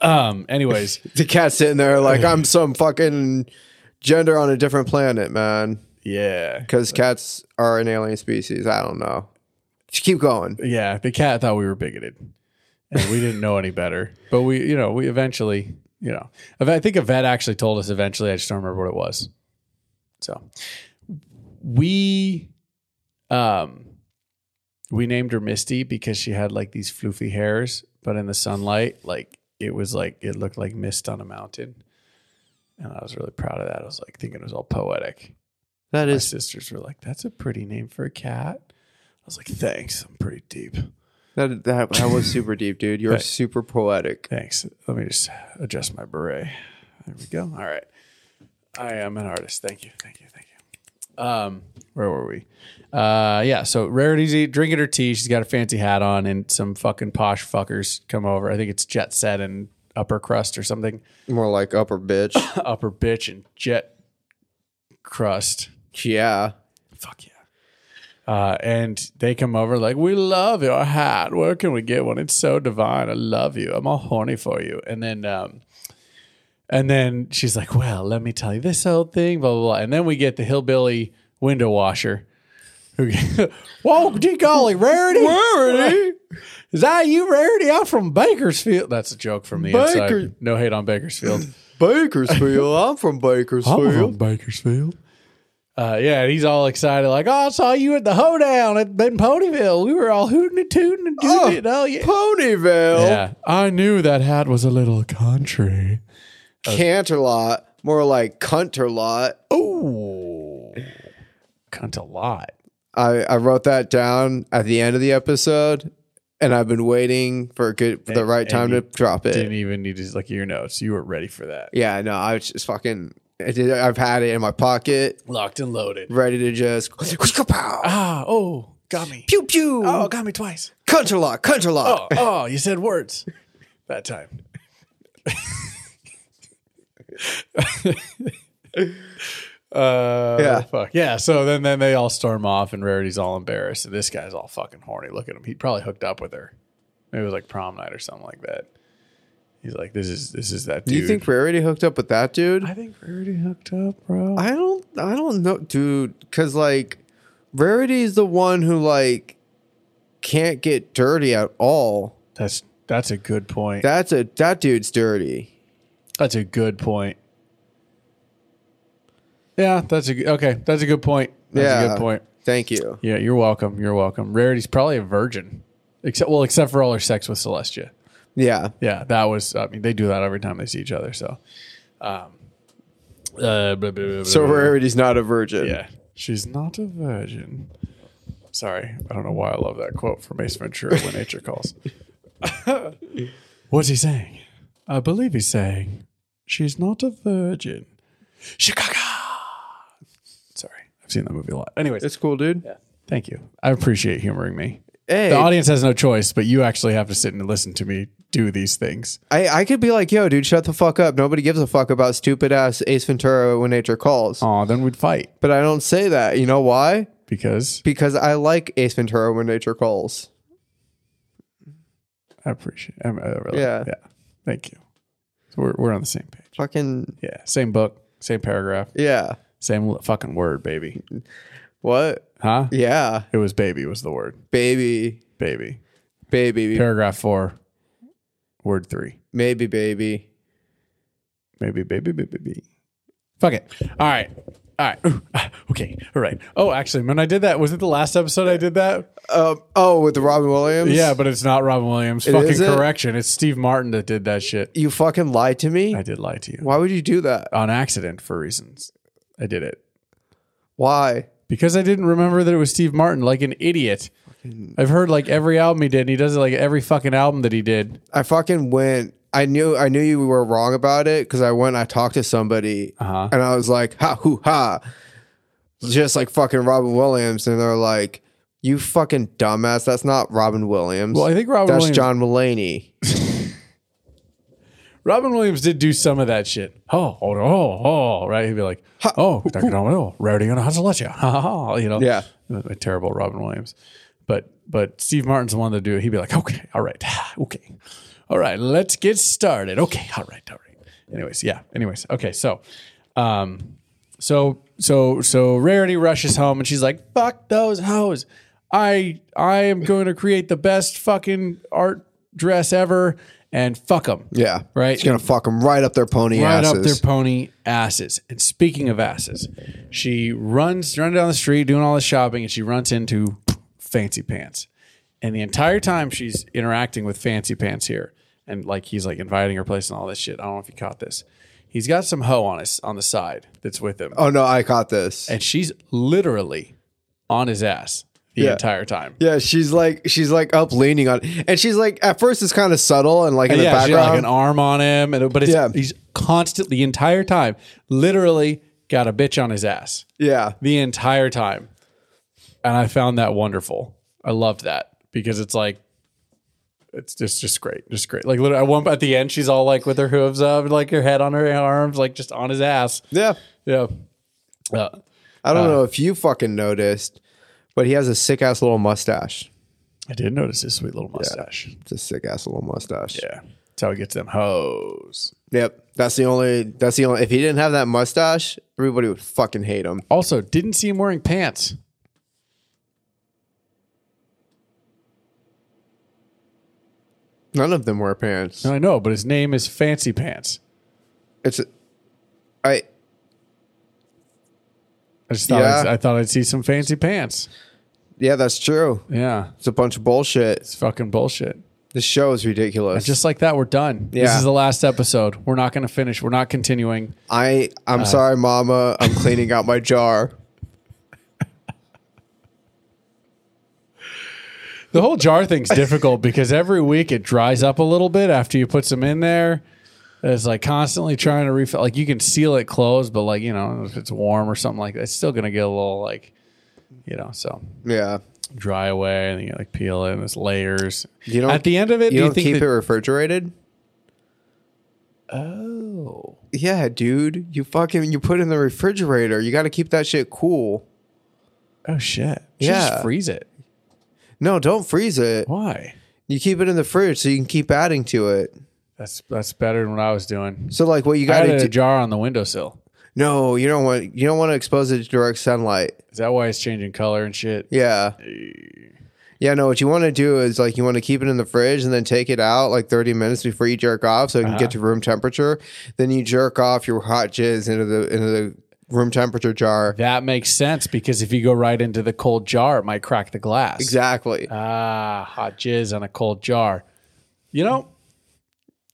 B: Um. Anyways,
D: The cat's sitting there like I'm some fucking gender on a different planet, man.
B: yeah,
D: Because cats are an alien species. I don't know. Just keep going.
B: yeah. The cat thought we were bigoted, and we didn't know any better. But we, you know, we eventually, you know, I think a vet actually told us eventually. I just don't remember what it was. So we um we named her Misty because she had like these floofy hairs, but in the sunlight, like it was like it looked like mist on a mountain. And I was really proud of that. I was like thinking it was all poetic. That is My sisters were like, that's a pretty name for a cat. I was like, thanks. I'm pretty deep.
D: That that, that was super deep, dude. You're
B: Right.
D: super poetic.
B: Thanks. Let me just adjust my beret. There we go. All right. I am an artist. Thank you. Thank you. Thank you. Um, where were we? Uh, yeah. So Rarity's eat- drinking her tea. She's got a fancy hat on, and some fucking posh fuckers come over. I think it's Jet Set and Upper Crust or something.
D: More like upper bitch.
B: upper Bitch and Jet Crust.
D: yeah.
B: Fuck yeah. Uh, and they come over like, we love your hat. Where can we get one? It's so divine. I love you. I'm all horny for you. And then, um, and then she's like, well, let me tell you this whole thing, blah, blah, blah. And then we get the hillbilly window washer. who- Whoa, gee golly, rarity. Rarity. Is that you, Rarity? I'm from Bakersfield. That's a joke from the
C: Baker-
B: inside. No hate on Bakersfield.
C: Bakersfield. I'm from
B: Oh.
C: Bakersfield.
B: Bakersfield. Uh, yeah, and he's all excited, like, "Oh, I saw you at the hoedown at Ben Ponyville. We were all hooting and tooting and
C: Oh,
B: tooting. Oh, yeah.
C: Ponyville.
B: yeah, I knew that hat was a little country.
D: Canterlot, more like Cunterlot.
B: Oh, cunt a lot.
D: I, I wrote that down at the end of the episode, and I've been waiting for a good for the
B: And-
D: right
B: and
D: time
B: you
D: to drop it.
B: Didn't even need to look at your notes. You were ready for that.
D: Yeah, no, I was just fucking. I did, I've had it in my pocket,
B: Locked and loaded.
D: ready to just pow,
B: Ah, oh, got me.
D: pew pew.
B: Oh, got me twice.
D: Cunterlot, Cunterlot.
B: Oh, oh, you said words that time. uh,
D: Yeah.
B: fuck. yeah. So then, then they all storm off, and Rarity's all embarrassed. And this guy's all fucking horny. Look at him. He probably hooked up with her. Maybe it was like prom night or something like that. He's like, this is this is that dude.
D: Do you think Rarity hooked up with that dude?
B: I think Rarity hooked up, bro.
D: I don't I don't know, dude, because like Rarity's the one who like can't get dirty at all.
B: that's that's a good point.
D: That's a that dude's dirty.
B: That's a good point. Yeah, that's a g- okay. That's a good point. That's a
D: Yeah.
B: good point.
D: Thank you.
B: Yeah, you're welcome. You're welcome. Rarity's probably a virgin, except well, except for all her sex with Celestia.
D: Yeah.
B: Yeah, that was. I mean, they do that every time they see each other. So, um, uh, blah, blah, blah,
D: So
B: blah, blah.
D: Rarity's not a virgin.
B: Yeah, she's not a virgin. Sorry, I don't know why I love that quote from Ace Ventura when nature calls. What's he saying? I believe he's saying she's not a virgin. Chicago. Sorry, I've seen that movie a lot. Anyways,
D: It's cool, dude.
B: Thank you. I appreciate humoring me.
D: Hey.
B: The audience has no choice, but you actually have to sit and listen to me do these things.
D: I, I could be like, yo, dude, shut the fuck up. Nobody gives a fuck about stupid ass Ace Ventura when nature calls.
B: Aw, then we'd fight
D: But I don't say that. You know why?
B: because
D: Because I like Ace Ventura when nature calls.
B: I appreciate. I'm, I really,
D: Yeah.
B: yeah. Thank you. So we're we're on the same page.
D: Fucking
B: Yeah, same book, same paragraph,
D: yeah.
B: same li- fucking word, baby.
D: What?
B: Huh?
D: Yeah.
B: It was baby was the word
D: Baby.
B: baby.
D: Baby.
B: Paragraph four, word three.
D: Maybe baby.
B: Maybe baby baby baby. Fuck it. All right. All right. Ooh, ah, okay. All right. Oh, actually, when I did that, was it the last episode I did that?
D: Um, oh, with the Robin Williams?
B: Yeah, but it's not Robin Williams. Fucking
D: isn't?
B: correction. It's Steve Martin that did that shit.
D: You fucking lied to me?
B: I did lie to you
D: Why would you do that?
B: on accident for reasons. I did it
D: Why?
B: because I didn't remember that it was Steve Martin, like an idiot. I've heard like every album he did, and he does it like every fucking album that he did.
D: I fucking went. I knew I knew you were wrong about it because I went and I talked to somebody
B: Uh-huh.
D: and I was like, ha hoo ha. Just like fucking Robin Williams. And they're like, you fucking dumbass. That's not Robin Williams.
B: Well, I think Robin
D: That's
B: Williams.
D: John Mulaney.
B: Robin Williams did do some of that shit. Oh, oh, oh, oh right. He'd be like, oh, Dr. Domino, rarity on a Hazelutcha. Ha ha ha. You know,
D: Yeah.
B: A terrible Robin Williams. But but Steve Martin's the one to do it. He'd be like, okay, all right, okay, all right, let's get started. Okay, all right, all right. Anyways, yeah. Anyways, okay. So, um, so so so Rarity rushes home and she's like, "Fuck those hoes! I I am going to create the best fucking art dress ever, and fuck them."
D: Yeah.
B: Right.
D: He's going to fuck them right up their pony
B: right
D: asses.
B: up their pony asses. And speaking of asses, she runs running down the street doing all the shopping, and she runs into Fancy Pants. And the entire time she's interacting with Fancy Pants here, and like he's like inviting her place and all this shit. I don't know if you caught this. He's got some hoe on his on the side that's with him,
D: oh, no, I caught this.
B: and she's literally on his ass the
D: Yeah.
B: entire time.
D: Yeah, she's like she's like up leaning on, and she's like at first it's kind of subtle and like in the
B: yeah, she had,
D: background.
B: like an arm on him, and but it's,
D: Yeah.
B: he's constantly the entire time, literally got a bitch on his ass.
D: yeah,
B: the entire time. And I found that wonderful. I loved that because it's like it's just just great, just great. Like literally, at one at the end, she's all like with her hooves up, and, like her head on her arms, like just on his ass.
D: yeah.
B: Yeah. Uh,
D: I don't know if you fucking noticed, but he has a sick ass little mustache.
B: I did notice his sweet little mustache.
D: It's a sick ass little mustache.
B: Yeah, that's how he gets them hoes.
D: Yep. That's the only. That's the only. If he didn't have that mustache, everybody would fucking hate him.
B: Also, didn't see him wearing pants.
C: None of them wear pants.
B: I know, but his name is Fancy Pants.
D: It's, I
B: I just thought
D: Yeah.
B: I'd, I thought I'd see some fancy pants.
D: yeah, that's true.
B: Yeah,
D: It's a bunch of bullshit.
B: it's fucking bullshit.
D: This show is ridiculous.
B: Just like that, we're done. This
D: Yeah.
B: is the last episode. We're not going to finish. We're not continuing.
D: I
B: Uh.
D: I'm sorry, Mama. I'm cleaning out my jar.
B: The whole jar thing's difficult because every week it dries up a little bit after you put some in there. It's like constantly trying to refill. Like you can seal it closed, but like you know, if it's warm or something like that, it's still going to get a little like, you know, so
D: Yeah.
B: dry away, and then you like peel it, and it's layers.
D: You don't-
B: at the end of it, do
D: You don't
B: you think
D: keep
B: that-
D: it refrigerated?
B: Oh,
D: Yeah, dude. You fucking you put it in the refrigerator. You got to keep that shit cool.
B: oh shit!
D: Yeah.
B: just freeze it.
D: No, don't freeze it.
B: Why?
D: You keep it in the fridge so you can keep adding to it.
B: That's that's better than what I was doing.
D: So like what you
B: I
D: got
B: had a
D: to do?
B: jar on the windowsill.
D: No, you don't want you don't want to expose it to direct sunlight.
B: Is that why it's changing color and shit?
D: Yeah. Yeah, no, what you want to do is like you want to keep it in the fridge and then take it out like 30 minutes before you jerk off so it can
B: Uh-huh.
D: get to room temperature. Then you jerk off your hot jizz into the into the room temperature jar.
B: That makes sense because if you go right into the cold jar, it might crack the glass.
D: exactly.
B: Ah, hot jizz on a cold jar. You know,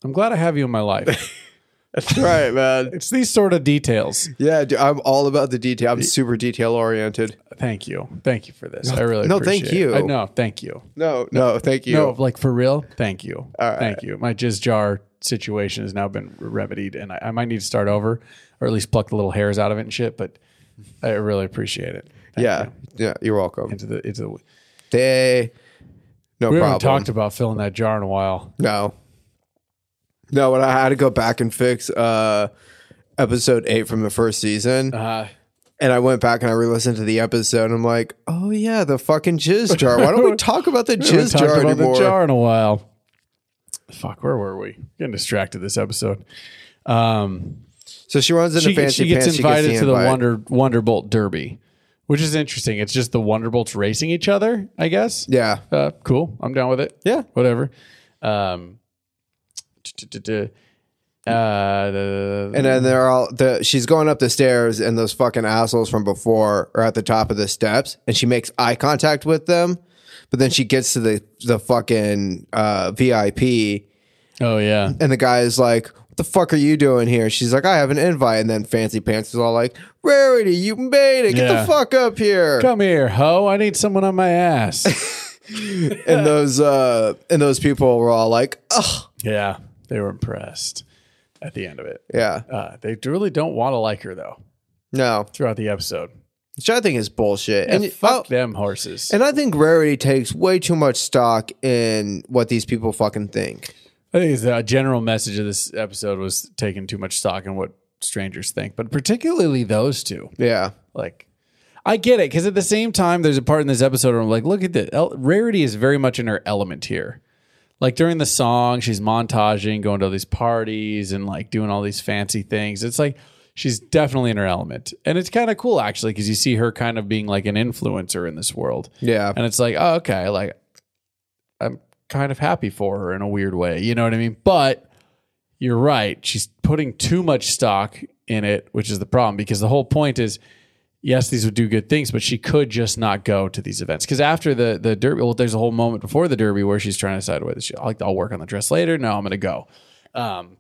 B: I'm glad I have you in my life.
D: That's right, man.
B: it's these sort of details.
D: Yeah, dude, I'm all about the detail. I'm super detail oriented.
B: Thank you. Thank you for this. I really
D: no, thank
B: appreciate it.
D: you.
B: I, no, thank you.
D: No, no, thank you.
B: No, like for real. Thank you. Thank you. My jizz jar situation has now been remedied, and I, I might need to start over, or at least pluck the little hairs out of it and shit. But I really appreciate it. Thank
D: yeah,
B: you.
D: yeah, you're welcome.
B: Into the into the.
D: They, no
B: We haven't
D: problem.
B: talked about filling that jar in a while.
D: No. No, when I had to go back and fix uh episode eight from the first season.
B: Uh,
D: And I went back and I re-listened to the episode. And I'm like, oh yeah, the fucking jizz jar. Why don't we talk about the
B: we haven't
D: jizz
B: talked
D: jar
B: about
D: anymore?
B: the jar in a while. Fuck, where were we? Getting distracted this episode. Um,
D: So she runs into
B: she,
D: fancy
B: she gets
D: pants.
B: invited
D: she gets
B: to the
D: invite.
B: Wonder Wonderbolt Derby, which is interesting. It's just the Wonderbolts racing each other, I guess.
D: Yeah,
B: Uh, cool. I'm down with it.
D: Yeah.
B: Whatever. Um, t-t-t-t- uh, the-
D: and then they're all the. She's going up the stairs, and those fucking assholes from before are at the top of the steps, and she makes eye contact with them, but then she gets to the the fucking uh, VIP,
B: oh yeah.
D: And the guy is like, What the fuck are you doing here? She's like, I have an invite. And then Fancy Pants is all like, Rarity, you made it. Get
B: Yeah.
D: the fuck up here.
B: Come here, ho. I need someone on my ass.
D: And those uh and those people were all like, Ugh.
B: yeah. They were impressed at the end of it.
D: Yeah.
B: Uh, they really don't want to like her though.
D: No.
B: Throughout the episode,
D: Which I think is bullshit.
B: and
D: and
B: fuck
D: oh,
B: them horses.
D: and I think Rarity takes way too much stock in what these people fucking think.
B: I think the general message of this episode was taking too much stock in what strangers think, but particularly those two.
D: Yeah.
B: Like, I get it because at the same time, there's a part in this episode where I'm like, look at the El- rarity is very much in her element here. Like during the song, she's montaging, going to all these parties, and like doing all these fancy things. It's like she's definitely in her element, and it's kind of cool actually because you see her kind of being like an influencer in this world.
D: Yeah.
B: And it's like, oh, okay, like I'm kind of happy for her in a weird way. You know what I mean? But you're right. She's putting too much stock in it, which is the problem because the whole point is yes, these would do good things, but she could just not go to these events. Because after the the derby, well, there's a whole moment before the derby where she's trying to decide whether she like I'll work on the dress later. No, I'm going to go. Um,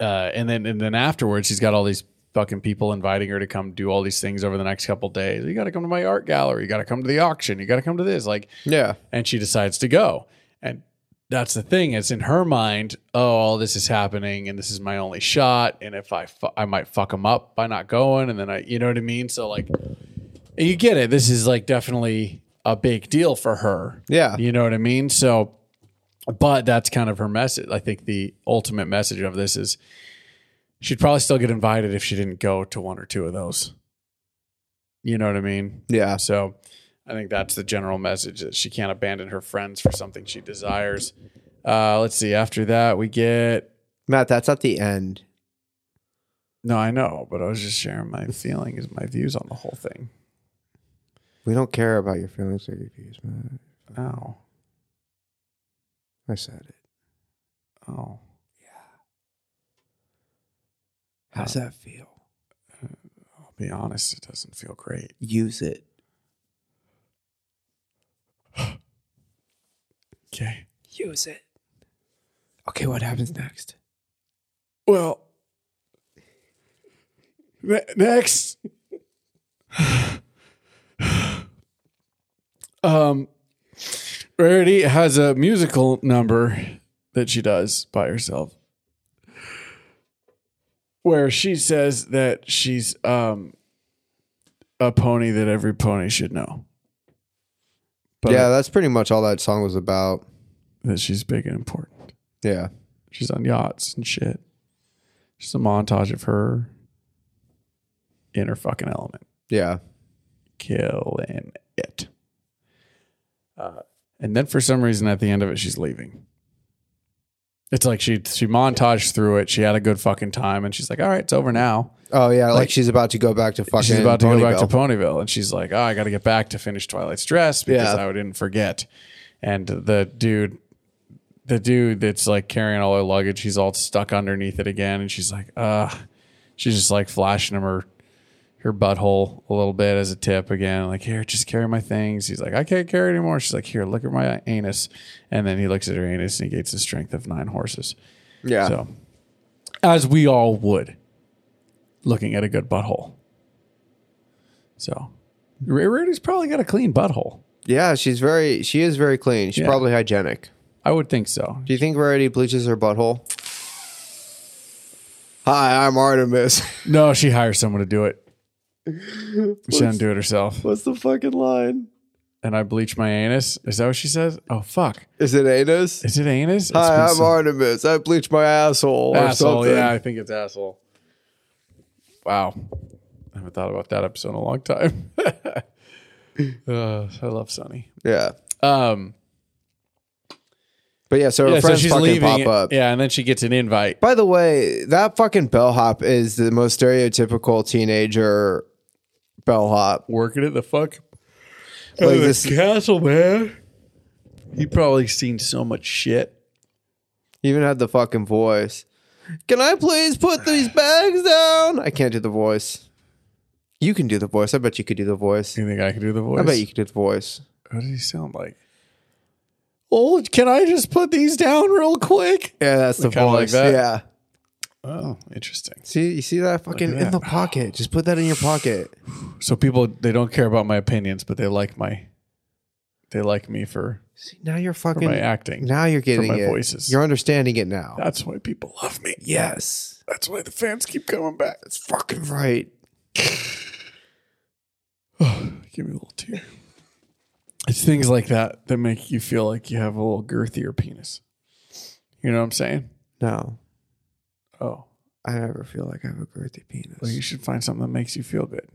B: uh, and then and then afterwards, she's got all these fucking people inviting her to come do all these things over the next couple days. You got to come to my art gallery. You got to come to the auction. You got to come to this. Like,
D: Yeah.
B: and she decides to go. And that's the thing is in her mind, oh, all this is happening and this is my only shot. And if I, fu- I might fuck them up by not going. And then I, you know what I mean? So like, you get it. This is like definitely a big deal for her.
D: Yeah.
B: You know what I mean? So, but that's kind of her message. I think the ultimate message of this is she'd probably still get invited if she didn't go to one or two of those. You know what I mean?
D: Yeah.
B: So I think that's the general message that she can't abandon her friends for something she desires. Uh, let's see. After that, we get.
D: Matt, that's at the end.
B: No, I know, but I was just sharing my feelings, my views on the whole thing.
D: We don't care about your feelings or your views, Matt.
B: Oh,
D: I said it.
B: Oh,
D: How does that feel?
B: I'll be honest, it doesn't feel great.
D: Use it.
B: Okay.
D: Use it. Okay, what happens next?
B: Well, ne- next. um, Rarity has a musical number that she does by herself where she says that she's um a pony that every pony should know. But
D: yeah, that's pretty much all that song was about.
B: that she's big and important.
D: Yeah.
B: She's on yachts and shit. Just a montage of her in her fucking element,
D: Yeah.
B: killing it. Uh, and then for some reason, at the end of it, she's leaving. It's like she she montaged through it. She had a good fucking time, and she's like, "All right, it's over now."
D: Oh yeah, like, she's about to go back to fucking.
B: She's about to go back
D: Ponyville.
B: to Ponyville, and she's like, "Oh, I got to get back to finish Twilight's dress because
D: Yeah.
B: I didn't forget." And the dude, the dude that's like carrying all her luggage, he's all stuck underneath it again, and she's like, "Uh," she's just like flashing him her her butthole a little bit as a tip again, like, "Here, just carry my things." He's like, "I can't carry anymore." She's like, "Here, look at my anus," and then he looks at her anus and he gets the strength of nine horses.
D: Yeah.
B: So, as we all would, looking at a good butthole. So, Ra- Rarity's probably got a clean butthole.
D: Yeah, she's very. She is very clean. She's
B: Yeah.
D: probably hygienic.
B: I would think so.
D: Do you think Rarity bleaches her butthole? Hi, I'm Artemis.
B: No, she hires someone to do it. She doesn't do it herself.
D: What's the fucking line?
B: And I bleach my anus. Is that what she says? Oh fuck!
D: Is it anus?
B: Is it anus? It's been
D: Hi, I'm
B: so-
D: Artemis. I bleach my asshole. Or
B: asshole.
D: something.
B: Yeah, I think it's asshole. Wow, I haven't thought about that episode in a long time. Uh, I love Sunny.
D: Yeah.
B: Um,
D: But yeah, so her
B: yeah, so
D: friends
B: she's
D: fucking
B: leaving.
D: pop up.
B: Yeah, and then she gets an invite.
D: By the way, that fucking bellhop is the most stereotypical teenager bellhop.
B: working at the fuck
D: Like this,
B: castle, man. He probably seen so much shit.
D: even had the fucking voice. Can I please put these bags down? I can't do the voice. You can do the voice. I bet you could do the voice.
B: Do you think I could do the voice?
D: I bet you could do the voice.
B: What does he sound like? Oh, can I just put these down real quick?
D: Yeah, that's the
B: Kinda like
D: voice.
B: that.
D: Yeah.
B: Oh, interesting.
D: See, you see that fucking
B: at
D: in
B: that.
D: the pocket. Just put that in your pocket.
B: So people they don't care about my opinions, but they like my they like me for
D: See, now you're fucking
B: my acting,
D: Now you're getting
B: my
D: it.
B: voices.
D: You're understanding it now.
B: that's why people love me.
D: yes.
B: That's why the fans keep coming back. It's fuck.
D: Fucking right.
B: Give me a little tear. It's things like that that make you feel like you have a little girthier penis. You know what I'm saying?
D: No.
B: Oh.
D: I never feel like I have a girthy penis.
B: Well, you should find something that makes you feel good.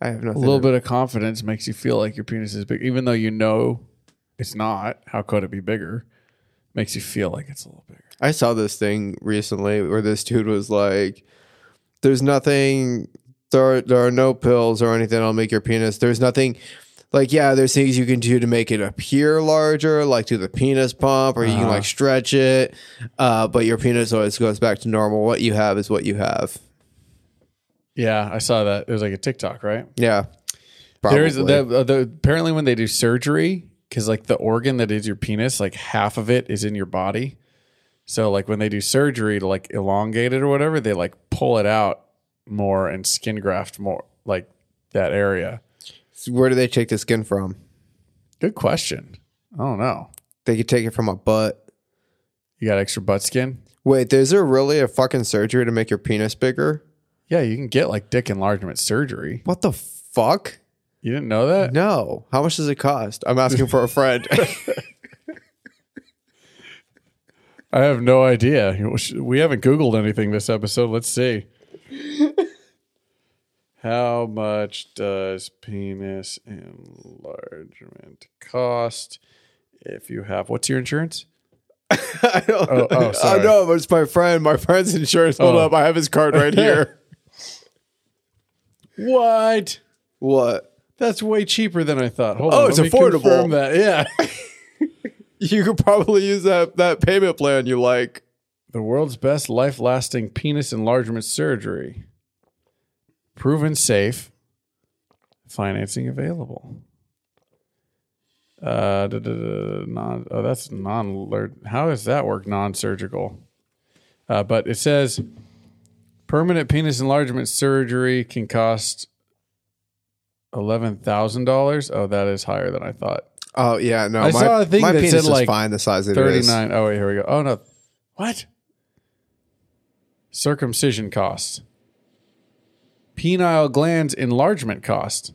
D: I have
B: A
D: nothing.
B: little bit of confidence makes you feel like your penis is big, even though you know it's not. How could it be bigger? Makes you feel like it's a little bigger.
D: I saw this thing recently where this dude was like, "There's nothing. There, are, there are no pills or anything that'll make your penis. There's nothing." Like yeah, there's things you can do to make it appear larger, like do the penis pump, or you can like stretch it. Uh, but your penis always goes back to normal. What you have is what you have.
B: Yeah, I saw that. It was like a TikTok, right?
D: Yeah, probably.
B: There's the, uh, the, apparently when they do surgery, because like the organ that is your penis, like half of it is in your body. So like when they do surgery to like elongate it or whatever, they like pull it out more and skin graft more, like that area.
D: Where do they take the skin from?
B: Good question. I don't know.
D: They could take it from a butt.
B: You got extra butt skin?
D: Wait, is there really a fucking surgery to make your penis bigger?
B: Yeah, you can get like dick enlargement surgery.
D: What the fuck?
B: You didn't know that?
D: No. How much does it cost? I'm asking for a friend.
B: I have no idea. We haven't Googled anything this episode. Let's see. How much does penis enlargement cost? If you have, what's your insurance?
D: I don't
B: Oh, oh, sorry.
D: I know, but it's my friend. My friend's insurance. Hold
B: Oh.
D: up. I have his card right here.
B: What?
D: what?
B: That's way cheaper than I thought. Hold
D: Oh,
B: on,
D: it's
B: let me
D: affordable.
B: confirm That yeah.
D: You could probably use that, that payment plan you like.
B: the world's best life lasting penis enlargement surgery. Proven safe. Financing available. Uh, da, da, da, non, oh, that's non. How does that work? Non surgical. Uh, but it says permanent penis enlargement surgery can cost eleven thousand dollars. Oh, that is higher than I thought.
D: Oh yeah, no.
B: I
D: my,
B: saw a thing
D: my
B: that
D: penis
B: said,
D: is
B: like,
D: fine the size it is.
B: 39. Oh, wait, here we go. Oh, no. What? Circumcision cost. Penile glands enlargement cost.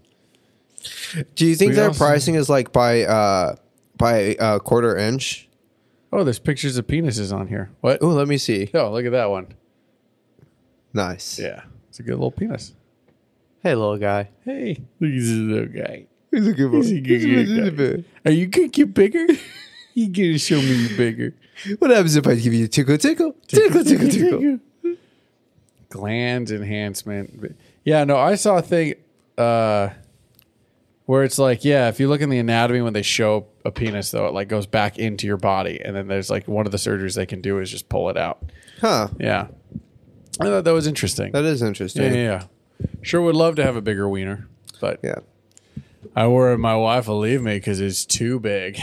D: Do you think
B: We
D: their
B: also-
D: pricing is like by uh by uh, quarter inch?
B: Oh, there's pictures of penises on here. What?
D: Oh, let me see.
B: Oh, look at that one.
D: Nice.
B: Yeah. It's a good little penis.
D: Hey, little guy.
B: Hey, look at this little guy.
D: He's a good boy.
B: He's a good guy. Are you gonna get bigger? you gonna show me you bigger.
D: What happens if I give you a tickle, tickle, tickle, tickle, tickle?
B: gland enhancement. Yeah, no, I saw a thing uh, where it's like, yeah, if you look in the anatomy when they show a penis, though, it like goes back into your body, and then there's like one of the surgeries they can do is just pull it out.
D: Huh?
B: Yeah, I thought that was interesting.
D: That is interesting.
B: yeah, yeah, yeah. sure would love to have a bigger wiener, but
D: Yeah.
B: I worry my wife will leave me because it's too big.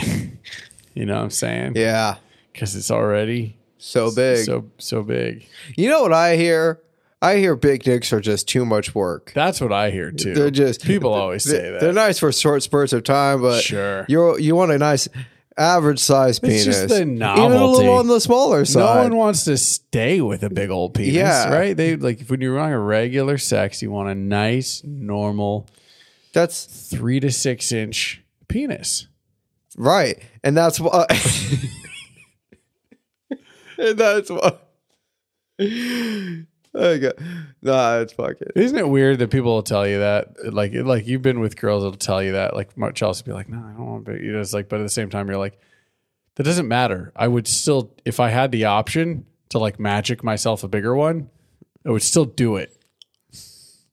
B: you know what I'm saying?
D: Yeah.
B: because it's already
D: So big.
B: so so big.
D: you know what I hear? I hear big dicks are just too much work.
B: That's what I hear too.
D: They're just
B: people always
D: they-
B: say that.
D: They're nice for short spurts of time, but
B: Sure.
D: you you want a nice average size penis.
B: It's just the
D: Even a
B: novelty.
D: little on the smaller
B: No
D: side.
B: one wants to stay with a big old penis,
D: Yeah.
B: right? They like when you're on a regular sex, you want a nice, normal
D: That's
B: three to six inch penis.
D: right, and that's why. and that's why. There you go. Nah, it's fucking.
B: Isn't it weird that people will tell you that? Like, like you've been with girls that'll tell you that. Like, my- Chelsea will be like, "No, I don't want to." Be, you know, it's like, but at the same time, you're like, that doesn't matter. I would still, if I had the option to like magic myself a bigger one, I would still do it.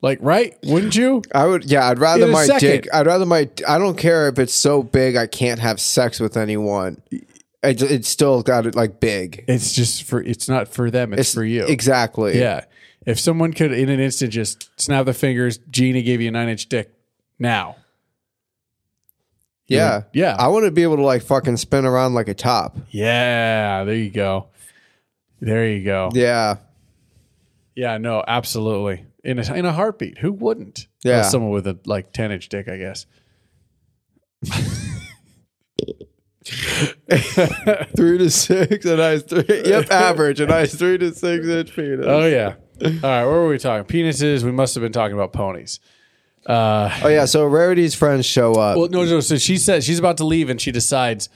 B: Like, right? Wouldn't you?
D: I would, yeah, I'd rather
B: In a
D: my
B: second.
D: dick. I'd rather my. I don't care if it's so big I can't have sex with anyone. It, it's still got it like big.
B: It's just for. It's not for them. It's, for you.
D: exactly.
B: Yeah. If someone could, in an instant, just snap their fingers, Gina gave you a nine inch dick now.
D: yeah,
B: Yeah.
D: I want to be able to like fucking spin around like a top.
B: Yeah. There you go. There you go. Yeah.
D: Yeah,
B: no, absolutely. In a, in a heartbeat. Who wouldn't?
D: Yeah.
B: Unless someone with a like 10 inch dick, I guess.
D: three to six, a nice three. Yep, average, a nice three to six inch penis.
B: Oh, yeah. All right. Where were we talking? Penises. We must have been talking about ponies.
D: Oh yeah, so Rarity's friends show up.
B: Well, no, no. So she says she's about to leave and she decides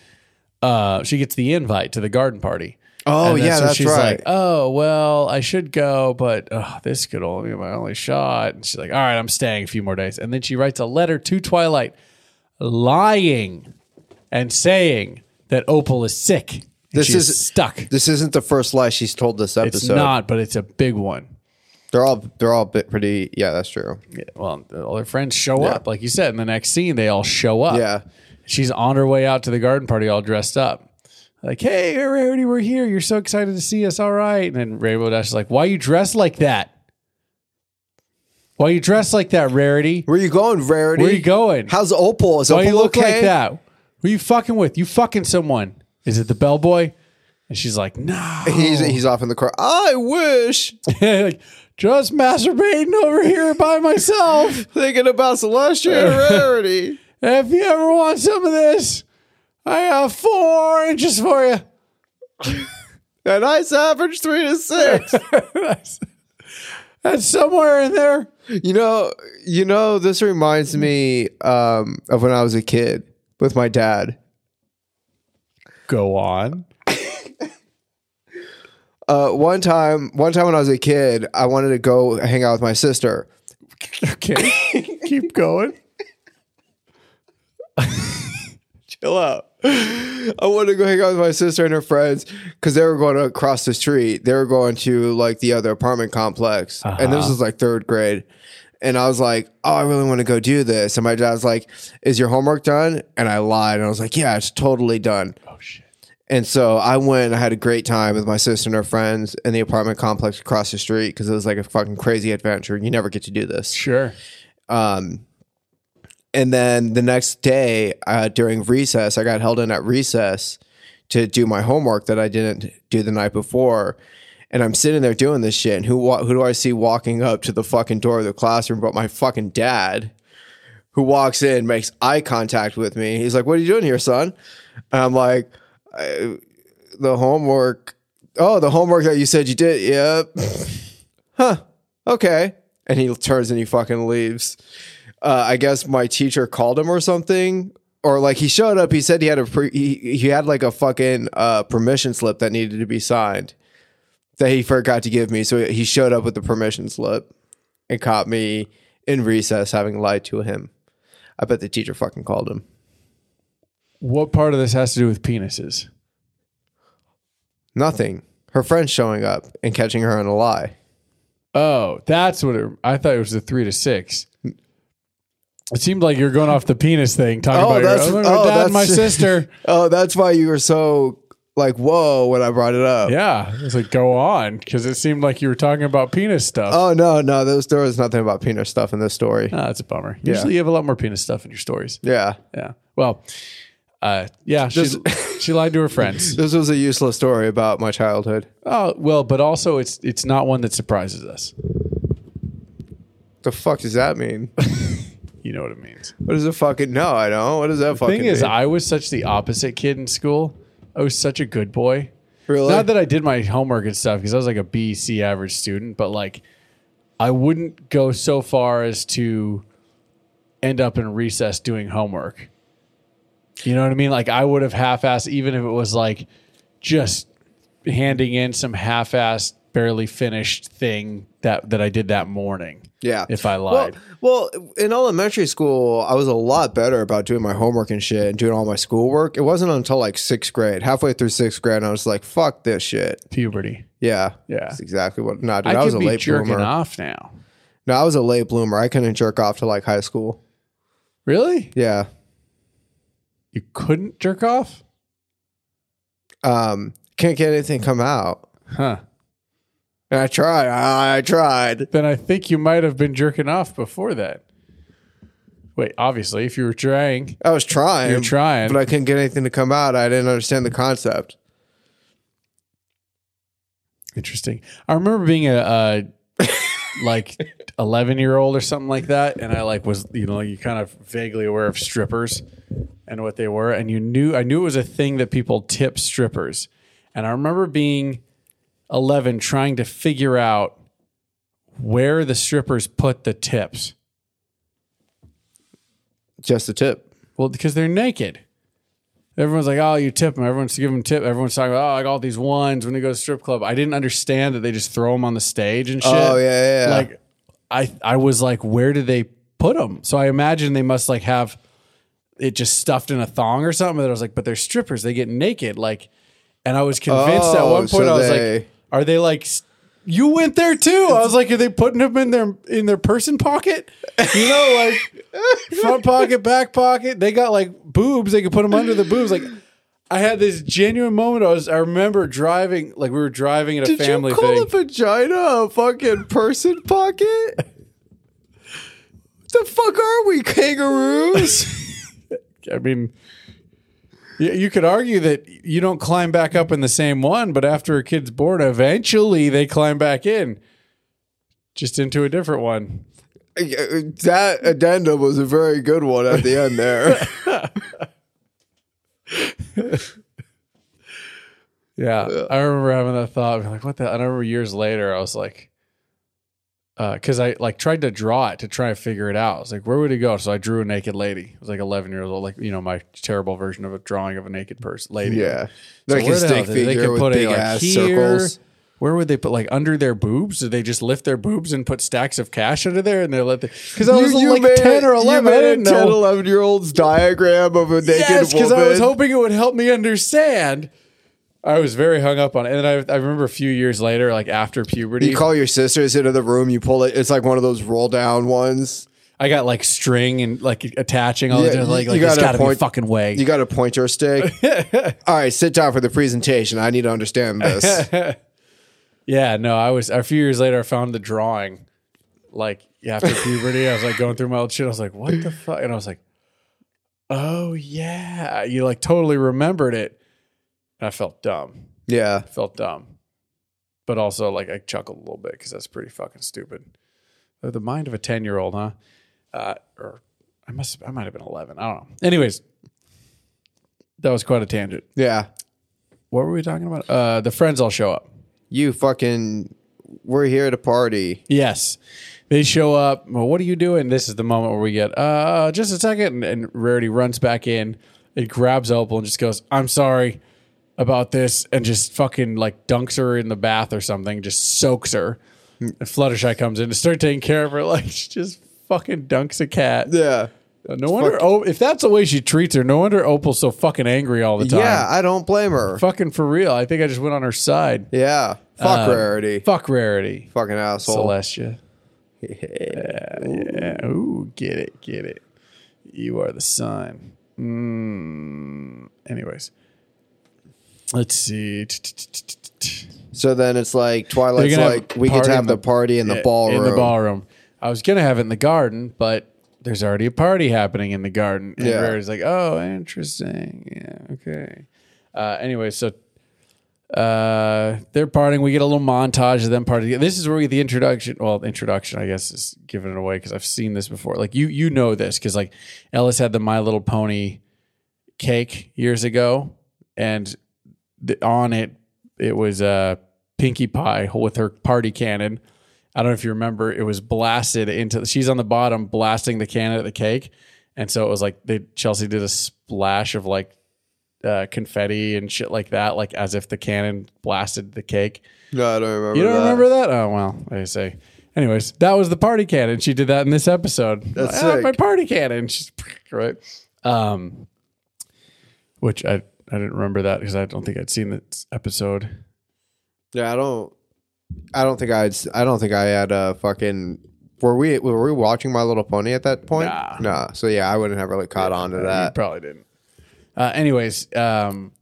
B: uh, she gets the invite to the garden party.
D: Oh,
B: And then
D: yeah, that's
B: she's
D: right.
B: Like, oh well, I should go, but oh, this could only be my only shot. And she's like, all right, I'm staying a few more days. And then she writes a letter to Twilight, lying and saying that Opal is sick. and
D: This
B: she's
D: is-
B: stuck.
D: this isn't the first lie she's told this episode.
B: it's not, but it's a big one.
D: They're all they're all bit pretty. Yeah, that's true.
B: Yeah, well, all their friends show up, like you said. In the next scene, they all show up.
D: Yeah.
B: she's on her way out to the garden party, all dressed up. Like, hey, Rarity, we're here. You're so excited to see us. All right. And then Rainbow Dash is like, why you dressed like that? Why you dressed like that, Rarity?
D: Where you going, Rarity?
B: Where you going?
D: How's Opal? Is
B: Why
D: Opal
B: you look
D: okay?
B: like that? Who you fucking with? You fucking someone? Is it the bellboy? And she's like, no.
D: He's he's off in the car. I wish
B: like, just masturbating over here by myself.
D: thinking about Celestia and Rarity.
B: If you ever want some of this, I got four inches for you.
D: A nice average three to six.
B: That's somewhere in there.
D: you know, you know, this reminds me um, of when I was a kid with my dad.
B: Go on.
D: Uh, one time, one time when I was a kid, I wanted to go hang out with my sister.
B: Okay. Keep going.
D: Chill out. I wanted to go hang out with my sister and her friends because they were going across the street. They were going to like the other apartment complex, and
B: Uh-huh.
D: this was like third grade. And I was like, "Oh, I really want to go do this." And my dad was like, "Is your homework done?" And I lied, and I was like, "Yeah, it's totally done."
B: Oh shit.
D: And so I went and I had a great time with my sister and her friends in the apartment complex across the street because it was like a fucking crazy adventure. You never get to do this.
B: Sure.
D: And then the next day uh, during recess, I got held in at recess to do my homework that I didn't do the night before. And I'm sitting there doing this shit. And who wa- who do I see walking up to the fucking door of the classroom but my fucking dad, who walks in, makes eye contact with me. He's like, What are you doing here, son? And I'm like, "I- The homework. Oh, the homework that you said you did. Yep. huh. Okay. And he turns and he fucking leaves uh, I guess my teacher called him or something, or like he showed up. He said he had a pre- he, he had like a fucking uh, permission slip that needed to be signed that he forgot to give me. So he showed up with the permission slip and caught me in recess having lied to him. I bet the teacher fucking called him.
B: What part of this has to do with penises?
D: Nothing. Her friend showing up and catching her in a lie.
B: Oh, that's what it, I thought it was the three to six. It seemed like you're going off the penis thing, talking
D: Oh,
B: about
D: that's-
B: your
D: oh,
B: oh, dad
D: that's-
B: and my sister.
D: Oh, that's why you were so like whoa when I brought it up.
B: Yeah, it's like go on because it seemed like you were talking about penis stuff.
D: Oh no, no, there was, there was nothing about peanut stuff in this story.
B: Ah, that's a bummer. Usually, you have a lot more penis stuff in your stories.
D: Yeah.
B: Yeah. Well, uh, yeah, she, she lied to her friends.
D: This was a useless story about my childhood.
B: Oh well, but also it's it's not one that surprises us.
D: The fuck does that mean?
B: You know what it means.
D: What does it fucking no? I don't. What does that fucking
B: Thing is,
D: mean?
B: I was such the opposite kid in school. I was such a good boy.
D: really
B: Not that I did my homework and stuff because I was like a B, C average student, but like I wouldn't go so far as to end up in recess doing homework. You know what I mean? Like I would have half assed, even if it was like just handing in some half assed, barely finished thing that, that I did that morning.
D: yeah.
B: If I lied.
D: Well, well, in elementary school, I was a lot better about doing my homework and shit and doing all my schoolwork. It wasn't until like sixth grade, halfway through sixth grade, I was like, "Fuck this shit."
B: Puberty.
D: Yeah,
B: Yeah.
D: That's exactly what. No, dude,
B: I,
D: I,
B: could
D: was a
B: be
D: late
B: jerking
D: bloomer.
B: off now.
D: No, I was a late bloomer. I couldn't jerk off to like high school.
B: Really?
D: Yeah.
B: You couldn't jerk off?
D: Um. Can't get anything come out.
B: Huh.
D: And I tried. I, I tried.
B: then I think you might have been jerking off before that. Wait, obviously, if you were trying,
D: I was trying.
B: You're trying.
D: But I couldn't get anything to come out. I didn't understand the concept.
B: interesting. I remember being a, uh like eleven year old or something like that, and I like was you know you kind of vaguely aware of strippers and what they were, and you knew I knew it was a thing that people tip strippers, and I remember being eleven trying to figure out where the strippers put the tips.
D: Just a tip.
B: Well, because they're naked. Everyone's like, oh, you tip them. Everyone's giving them tip. Everyone's talking about, oh, I got all these ones when they go to strip club. I didn't understand that they just throw them on the stage and shit.
D: Oh, yeah, yeah, yeah.
B: Like, I, I was like, where do they put them? So I imagine they must like have it just stuffed in a thong or something. And I was like, but they're strippers. They get naked. Like, and I was convinced at
D: Oh,
B: one point
D: so
B: I was
D: they-
B: like, are they like? s- You went there too. I was like, are they putting them in their in their person pocket? You know, like front pocket, back pocket. They got like boobs. They could put them under the boobs. Like, I had this genuine moment. I was. I remember driving. Like we were driving at a
D: Did
B: family
D: you call
B: thing.
D: a vagina a fucking person pocket? the fuck are we, kangaroos?
B: I mean, y- you could argue that you don't climb back up in the same one, but after a kid's born, eventually they climb back in, just into a different one.
D: that addendum was a very good one at the end there.
B: Yeah, I remember having that thought. being Like, what the? And I remember years later, I was like, because I like tried to draw it to try and figure it out. I was like, where would it go? So I drew a naked lady. I was like 11 years old, like you know my terrible version of a drawing of a naked person, lady.
D: yeah.
B: So
D: Like
B: where the
D: a stick
B: hell did-
D: figure
B: could
D: with
B: put it,
D: big
B: like,
D: ass
B: here?
D: circles.
B: Where would they put like under their boobs? Did they just lift their boobs and put stacks of cash under there and they let the? Because I was like
D: made
B: ten or
D: a-
B: eleven.
D: You
B: I
D: made
B: didn't
D: a 10,
B: know.
D: 11 year old's diagram of a naked
B: Yes, because
D: woman.
B: I was hoping it would help me understand. I was very hung up on it, and then I, I remember a few years later, like after puberty,
D: You call your sisters into the room. You pull it. It's like one of those roll down ones.
B: I got like string and like attaching all the
D: Yeah,
B: different like,
D: you
B: like there's
D: gotta
B: got to be a
D: point-
B: fucking way.
D: You got a pointer stick. All right, sit down for the presentation. I need to understand this.
B: yeah, no, I was a few years later. I found the drawing. Like after puberty, I was like going through my old shit. I was like, what the fuck? And I was like, oh yeah, you like totally remembered it. And I felt dumb.
D: Yeah.
B: felt dumb, but also like I chuckled a little bit because that's pretty fucking stupid. Uh, The mind of a ten year old, huh? Uh, or I must I might have been eleven. I don't know. Anyways, that was quite a tangent.
D: Yeah.
B: What were we talking about? Uh, the friends all show up.
D: You fucking we're here to party.
B: Yes. They show up. Well, what are you doing? This is the moment where we get, uh, just a second. And, and Rarity runs back in and grabs Opal and just goes, I'm sorry about this. And just fucking like dunks her in the bath or something, just soaks her. And Fluttershy comes in to start taking care of her. Like, she just fucking dunks a cat.
D: Yeah.
B: No wonder, oh, if that's the way she treats her, no wonder Opal's so fucking angry all the time.
D: Yeah, I don't blame her.
B: Fucking for real. I think I just went on her side.
D: yeah. Fuck rarity.
B: Fuck Rarity.
D: fucking asshole.
B: Celestia. Yeah, yeah. Ooh, get it, get it. You are the sun. Mm. Anyways, let's see.
D: So then it's like Twilight's
B: They're gonna
D: like we could
B: party
D: have
B: in
D: the party in the ballroom.
B: In the ballroom. I was gonna have it in the garden, but there's already a party happening in the garden. And
D: Yeah.
B: Rarity's like, oh, interesting. Yeah, okay. Uh, anyway, so uh, they're partying. We get a little montage of them partying. This is where we get the introduction. Well, the introduction, I guess, is giving it away because I've seen this before. Like you, you know this because like Ellis had the My Little Pony cake years ago, and the, on it it was uh, Pinkie Pie with her party cannon. I don't know if you remember. It was blasted into. She's on the bottom blasting the cannon at the cake, and so it was like they Chelsea did a splash of like uh, confetti and shit like that, like as if the cannon blasted the cake.
D: No, I don't remember.
B: You don't
D: that.
B: remember that? Oh well, I say. Anyways, that was the party cannon. She did that in this episode.
D: That's
B: "Ah,
D: sick.
B: my party cannon. She's right. Um, which I I didn't remember that because I don't think I'd seen this episode.
D: Yeah, I don't. I don't think I'd. s- I don't think I had a fucking. Were we were we watching My Little Pony at that point?
B: Nah.
D: Nah. So yeah, I wouldn't have really caught on to
B: You
D: that.
B: probably didn't. Uh, anyways, um,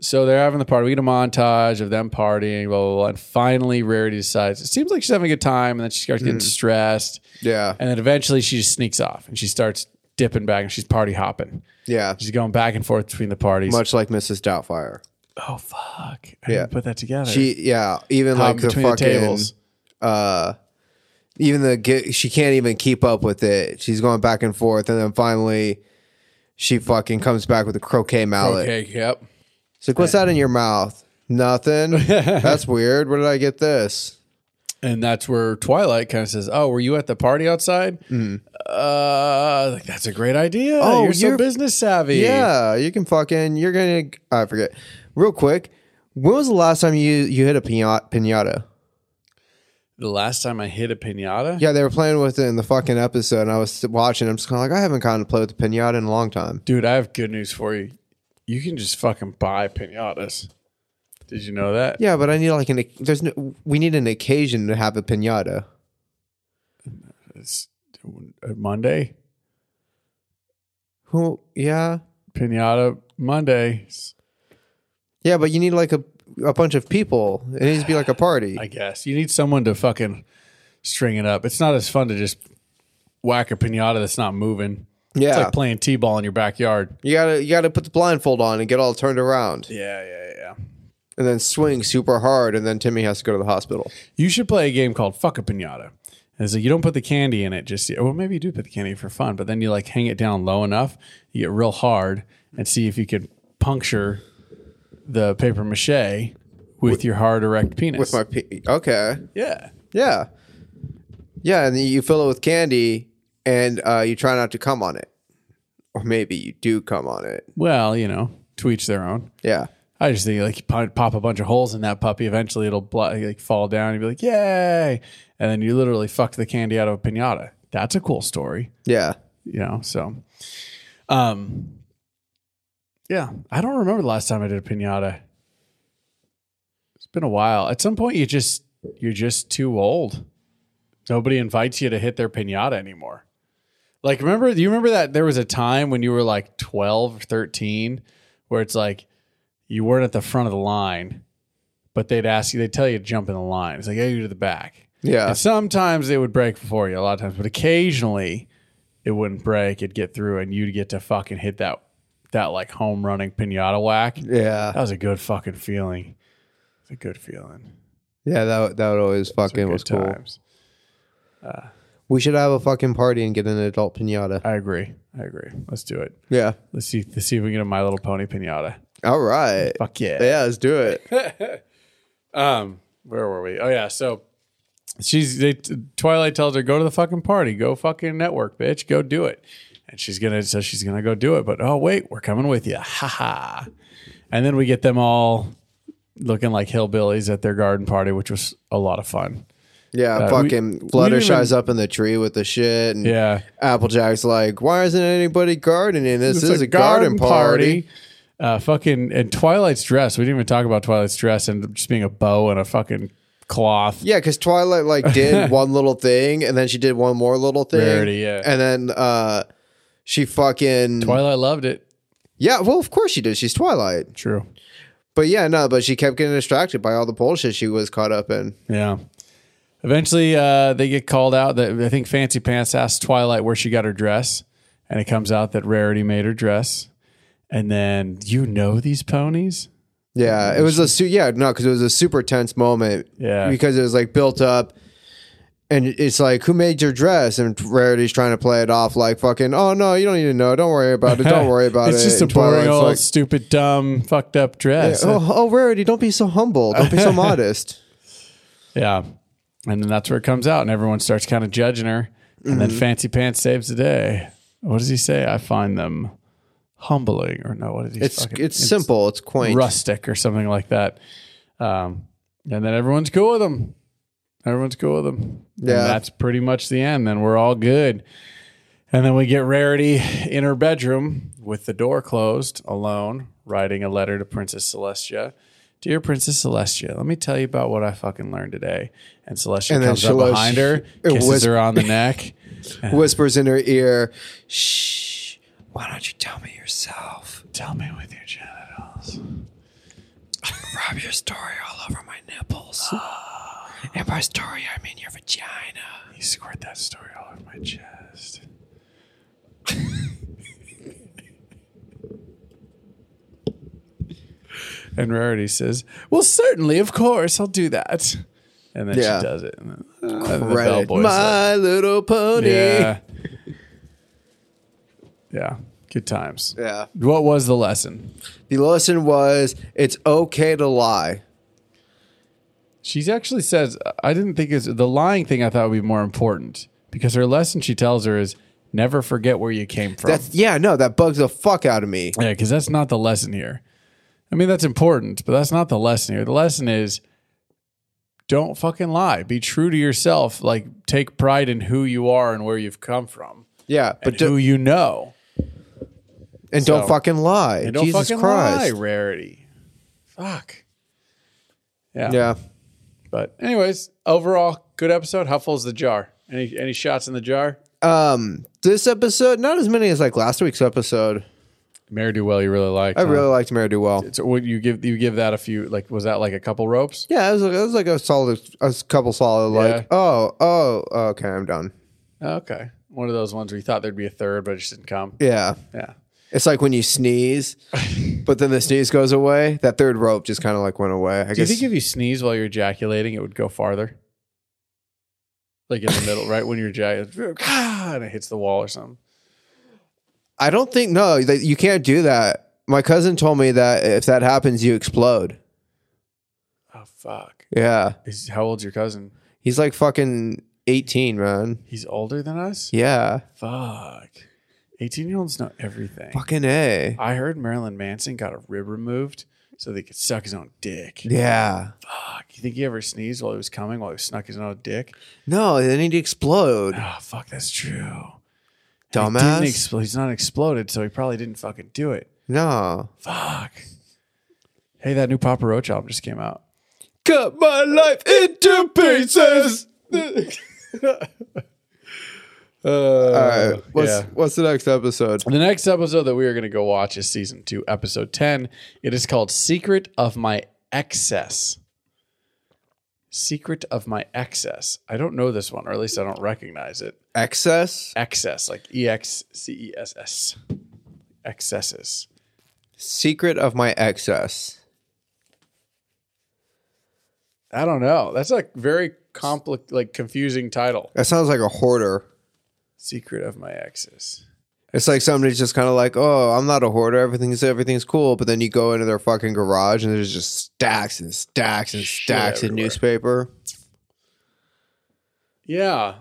B: so they're having the party. We get a montage of them partying, blah blah blah, and finally Rarity decides it seems like she's having a good time, and then she starts getting stressed.
D: Mm-hmm. Yeah,
B: And then eventually she just sneaks off and she starts dipping back and she's party hopping.
D: yeah.
B: She's going back and forth between the parties.
D: Much like Mrs. Doubtfire.
B: Oh fuck! I
D: Yeah.
B: didn't put that together.
D: She yeah. Even
B: Hopping
D: like the
B: between the
D: fucking.
B: tables.
D: uh, even the get, she can't even keep up with it. She's going back and forth, and then finally, she fucking comes back with a croquet mallet.
B: okay. Yep.
D: She's like, "What's that in your mouth?" Nothing. That's weird. Where did I get this?
B: And that's where Twilight kind of says, "Oh, were you at the party outside?" Uh, like that's a great idea.
D: Mm-hmm. Oh,
B: Oh, you're, so
D: you're-
B: business savvy.
D: Yeah, you can fucking. You're gonna. I forget. Real quick, when was the last time you you hit a pina- pinata?
B: The last time I hit a pinata.
D: Yeah, they were playing with it in the fucking episode, and I was watching. I'm just kind of like, I haven't gotten to play with a pinata in a long time.
B: Dude, I have good news for you. You can just fucking buy pinatas. Did you know that?
D: Yeah, but I need like an. There's no. We need an occasion to have a pinata.
B: It's Uh, Monday.
D: Who? Yeah,
B: Pinata Monday.
D: yeah, but you need like a a bunch of people. It needs to be like a party.
B: I guess. You need someone to fucking string it up. It's not as fun to just whack a pinata that's not moving. It's
D: yeah,
B: like playing T ball in your backyard.
D: you gotta you gotta put the blindfold on and get all turned around,
B: Yeah, yeah, yeah.
D: and then swing super hard, and then Timmy has to go to the hospital.
B: You should play a game called Fuck a Pinata. And so you don't put the candy in it just yet. Well, maybe you do put the candy for fun, but then you like hang it down low enough, you get real hard, and see if you could puncture the paper mache with, your hard erect penis.
D: With my p- okay,
B: yeah.
D: Yeah. Yeah, and then you fill it with candy and uh, you try not to come on it. Or maybe you do come on it.
B: Well, you know, to each their own.
D: Yeah.
B: I just think like you po- pop a bunch of holes in that puppy. Eventually, it'll bl- like fall down. and be like, "Yay!" And then you literally fucked the candy out of a pinata. That's a cool story,
D: Yeah.
B: you know. So, um, yeah, I don't remember the last time I did a pinata. It's been a while. At some point, you just you're just too old. Nobody invites you to hit their pinata anymore. Like, remember, do you remember that there was a time when you were like 12 or 13 where it's like you weren't at the front of the line, but they'd ask you, they'd tell you to jump in the line. It's like, hey, you to the back.
D: Yeah.
B: And sometimes they would break before you a lot of times, but occasionally it wouldn't break. It'd get through and you'd get to fucking hit that, that like home running pinata whack. That
D: Yeah,
B: was a good fucking feeling. It's a good feeling.
D: yeah. That that would always fucking
B: Good
D: was cool.
B: times.
D: We should have a fucking party and get an adult pinata.
B: I agree. I agree. Let's do it.
D: Yeah.
B: Let's see. Let's see if we can get a My Little Pony pinata.
D: All right.
B: Fuck yeah.
D: Yeah, let's do it.
B: Um, where were we? Oh yeah. So she's they, Twilight tells her go to the fucking party, go fucking network, bitch, go do it. And she's gonna so she's gonna go do it. But oh wait, we're coming with you. Ha ha. And then we get them all looking like hillbillies at their garden party, which was a lot of fun.
D: Yeah,
B: Uh, we- we
D: fucking
B: didn't
D: Fluttershy's
B: even-
D: up in the tree with the shit, and
B: Yeah.
D: Applejack's like, "Why isn't anybody gardening? This
B: It's
D: is a, garden, party."
B: Uh, fucking and Twilight's dress. We didn't even talk about Twilight's dress and just being a bow and a fucking cloth.
D: Yeah, because Twilight like did one little thing, and then she did one more little thing,
B: Rarity, yeah.
D: and then uh, she fucking
B: Twilight loved it.
D: yeah. Well, of course she did. She's Twilight,
B: True.
D: but yeah, no, but she kept getting distracted by all the bullshit she was caught up in.
B: Yeah. Eventually, uh, they get called out. That I think Fancy Pants asked Twilight where she got her dress, and it comes out that Rarity made her dress. And then you know these ponies.
D: Yeah, it was a su- yeah no because it was a super tense moment.
B: Yeah.
D: because it was like built up, and it's like who made your dress? And Rarity's trying to play it off like fucking oh no you don't need to know don't worry about it don't worry about
B: it's
D: it.
B: just a
D: And
B: boring
D: Twilight's
B: old,
D: like,
B: stupid, dumb, fucked up dress.
D: Oh, oh, Rarity, don't be so humble. Don't be so modest.
B: Yeah. And then that's where it comes out, and everyone starts kind of judging her. And
D: Mm-hmm.
B: then Fancy Pants saves the day. What does he say? I find them humbling, or no? What did he?
D: It's
B: fucking-
D: it's simple. It's quaint.
B: rustic or something like that. Um, and then everyone's cool with them. Everyone's cool with them.
D: Yeah.
B: And that's pretty much the end. Then we're all good. And then we get Rarity in her bedroom with the door closed, alone, writing a letter to Princess Celestia. Dear Princess Celestia, let me tell you about what I fucking learned today. And Celestia
D: And then
B: comes up
D: Celestia-
B: behind her,
D: it
B: kisses
D: was-
B: her on the neck.
D: Whispers in her ear, "Shh, why don't you tell me yourself?
B: Tell me with your genitals.
D: Rub your story all over my nipples.
B: Ah.
D: and by story, I mean your vagina."
B: You squirt that story all over my chest. and Rarity says, Well, certainly, of course, I'll do that. And then
D: Yeah.
B: she does it. And then, and then the
D: Right.
B: bellboy's like,
D: My little pony.
B: Yeah. Yeah. Good times.
D: Yeah.
B: What was the lesson?
D: The lesson was it's okay to lie.
B: She actually says, I didn't think it's the lying thing I thought would be more important because her lesson she tells her is never forget where you came from.
D: That's yeah, no, that bugs the fuck out of me.
B: Yeah, because that's not the lesson here. I mean, that's important, but that's not the lesson here. The lesson is don't fucking lie. Be true to yourself. Like, take pride in who you are and where you've come from,
D: Yeah,
B: but
D: but
B: who
D: do,
B: you know.
D: and
B: so-
D: don't fucking lie.
B: And don't
D: Jesus
B: fucking
D: Christ.
B: lie, rarity. Fuck. Yeah.
D: Yeah.
B: But anyways, overall, good episode. How full's the jar? Any any shots in the jar?
D: Um this episode, not as many as like last week's episode.
B: Mary do well. You really like.
D: I really liked Mary Do Well.
B: So would you give you give that a few? Like, was that like a couple ropes?
D: Yeah, it was, like, it was like a solid, a couple solid, like,
B: Yeah.
D: oh, oh, okay, I'm done.
B: Okay. One of those ones where you thought there'd be a third, but it just didn't come.
D: Yeah.
B: Yeah.
D: It's like when you sneeze, but then the sneeze goes away. That third rope just kind of like went away. I
B: Do you
D: guess.
B: think if you sneeze while you're ejaculating, it would go farther? Like in the middle, right when you're ejaculating, and it hits the wall or something.
D: I don't think, no, that you can't do that. My cousin told me that if that happens, you explode.
B: Oh fuck!
D: Yeah.
B: Is, how old's your cousin?
D: He's like fucking 18, man.
B: He's older than us.
D: Yeah.
B: Fuck. Eighteen year olds know everything.
D: Fucking A.
B: I heard Marilyn Manson got a rib removed so they could suck his own dick.
D: Yeah.
B: Fuck. You think he ever sneezed while he was coming while he snuck his own dick?
D: No, they need to explode.
B: Oh fuck, that's true. He
D: Dumbass.
B: didn't expl- he's not exploded, so he probably didn't fucking do it.
D: no.
B: Fuck. Hey, that new Papa Roach album just came out.
D: Cut
B: Uh,
D: my life into pieces.
C: Uh, what's
B: yeah.
C: what's the next episode?
B: The next episode that we are going to go watch is season two, episode 10. It is called Secret of My Excess. Secret of My Excess. I don't know this one, or at least I don't recognize it.
D: Excess
B: Excess, like E X C E S S. Excesses.
D: secret of my excess.
B: I don't know. That's a very compli- like confusing title.
D: That sounds like a hoarder.
B: Secret of My Excess.
D: It's like somebody's just kind of like, oh, I'm not a hoarder. Everything's everything's cool. But then you go into their fucking garage and there's just stacks and stacks and stacks of
B: everywhere.
D: newspaper.
B: Yeah.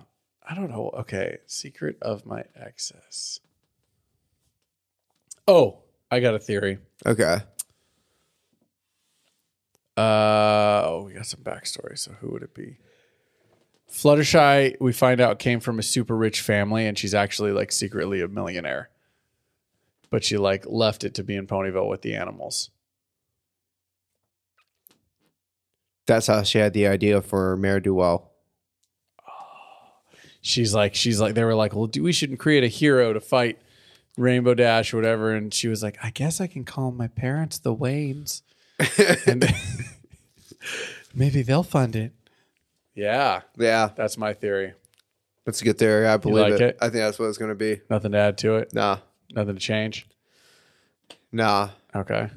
B: I don't know. Okay. Secret of My Excess. Oh, I got a theory.
D: Okay.
B: Uh, oh, we got some backstory. So who would it be? Fluttershy, we find out, came from a super rich family, and she's actually like secretly a millionaire. But she like left it to be in Ponyville with the animals.
D: That's how she had the idea for Mayor Duwell.
B: She's like, she's like, they were like, well, do, we shouldn't create a hero to fight Rainbow Dash or whatever. And she was like, I guess I can call my parents the Waynes, and maybe they'll fund it. Yeah,
D: Yeah,
B: that's my theory.
D: that's a good theory. I believe
B: like
D: it.
B: it?
D: I think that's what it's going to be.
B: Nothing to add to it.
D: Nah,
B: Nothing to change.
D: nah,
B: Okay.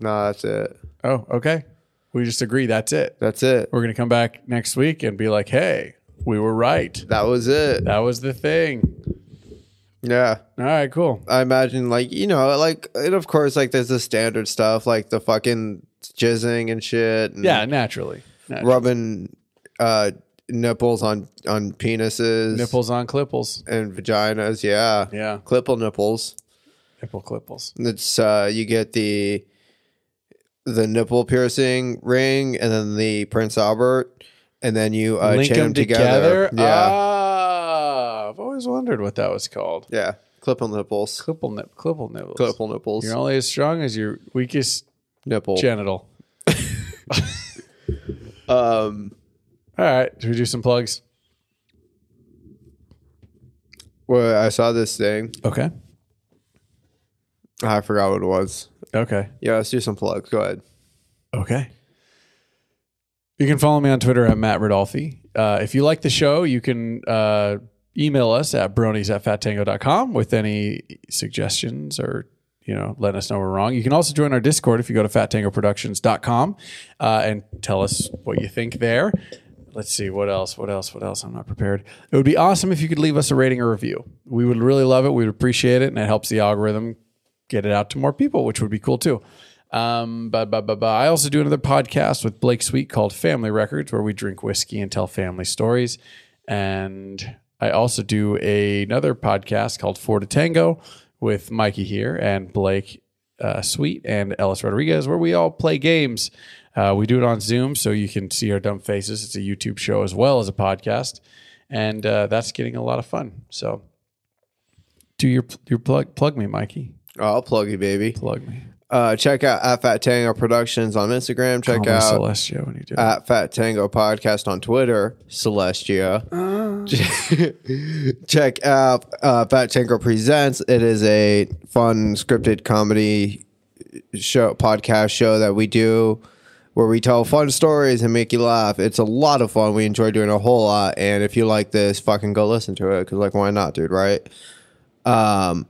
D: nah. That's it.
B: Oh, okay. We just agree that's it.
D: That's it.
B: We're going to come back next week and be like, hey, we were right.
D: That was it.
B: That was the thing.
D: Yeah.
B: All right, cool.
D: I imagine, like, you know, like, and of course, like, there's the standard stuff, like the fucking jizzing and shit. And
B: Yeah, naturally. Naturally.
D: Rubbing uh, nipples on, on penises.
B: Nipples on clipples.
D: And vaginas. Yeah.
B: Yeah.
D: Clipple nipples.
B: Nipple clipples.
D: It's, uh, you get the, the nipple piercing ring and then the Prince Albert. And then you uh,
B: Link
D: chain
B: them
D: them together.
B: together.
D: Yeah.
B: Ah, I've always wondered what that was called.
D: yeah. Clipple nipples.
B: Clipple nip, clipple nipples.
D: Clipple nipples.
B: You're only as strong as your weakest
D: Nipple.
B: genital.
D: um,
B: All right, should we do some plugs?
D: well, I saw this thing.
B: Okay.
D: I forgot what it was.
B: Okay.
D: Yeah, let's do some plugs. Go ahead.
B: Okay. You can follow me on Twitter at Matt Rodolfi. Uh, if you like the show, you can uh, email us at bronies at fattango.com with any suggestions or, you know, letting us know we're wrong. You can also join our Discord if you go to fattangoproductions.com uh, and tell us what you think there. Let's see what else, what else, what else. I'm not prepared. It would be awesome if you could leave us a rating or review. We would really love it. We'd appreciate it. And it helps the algorithm get it out to more people, which would be cool too. Um, but, but, but, but I also do another podcast with Blake Sweet called Family Records, where we drink whiskey and tell family stories. And I also do a- another podcast called Four to Tango with Mikey here and Blake uh, Sweet and Ellis Rodriguez, where we all play games. Uh, we do it on Zoom, so you can see our dumb faces. It's a YouTube show as well as a podcast, and uh, that's getting a lot of fun. So, do your your plug plug me, Mikey.
D: Oh, I'll plug you, baby.
B: Plug me.
D: Uh, check out at Fat Tango Productions on Instagram. Check
B: Call me
D: out
B: Celestia when you do. it.
D: at Fat Tango Podcast on Twitter. Celestia. check out uh, Fat Tango Presents. It is a fun scripted comedy show podcast show that we do where we tell fun stories and make you laugh. It's a lot of fun. We enjoy doing a whole lot. And if you like this, fucking go listen to it because like why not, dude? Right? Um,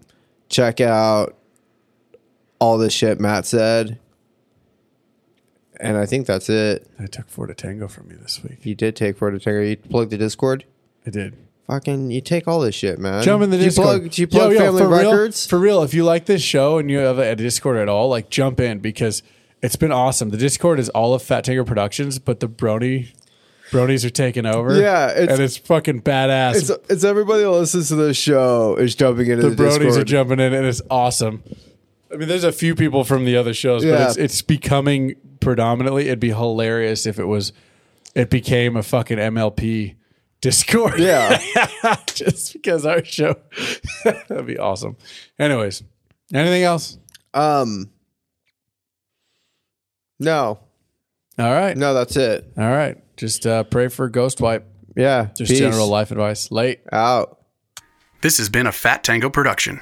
D: check out all the shit Matt said. And I think that's it.
B: I took four to tango from you this week.
D: You did take for Tango. You plugged the Discord.
B: I did.
D: Fucking, you take all this shit, man.
B: Jump in the
D: Do
B: Discord.
D: You plug, do you plug
B: Yo, yo,
D: family
B: for real-
D: records?
B: for real, if you like this show and you have a Discord at all, like jump in because it's been awesome. The Discord is all of Fat Tango Productions, but the Brony Bronies are taking over.
D: Yeah, it's-
B: and it's fucking badass.
D: it's, it's everybody that listens to this show is jumping into
B: the
D: the,
B: Bronies
D: Discord.
B: are jumping in, and it's awesome. I mean, there's a few people from the other shows,
D: Yeah.
B: but it's it's becoming predominantly. It'd be hilarious if it was, it became a fucking MLP Discord.
D: yeah.
B: just because our show that'd be awesome anyways anything else
D: Um. No,
B: all right
D: no, that's it.
B: all right just uh, pray for ghost wipe
D: Yeah.
B: just
D: peace.
B: general life advice late
D: Out.
A: This has been a Fat Tango production.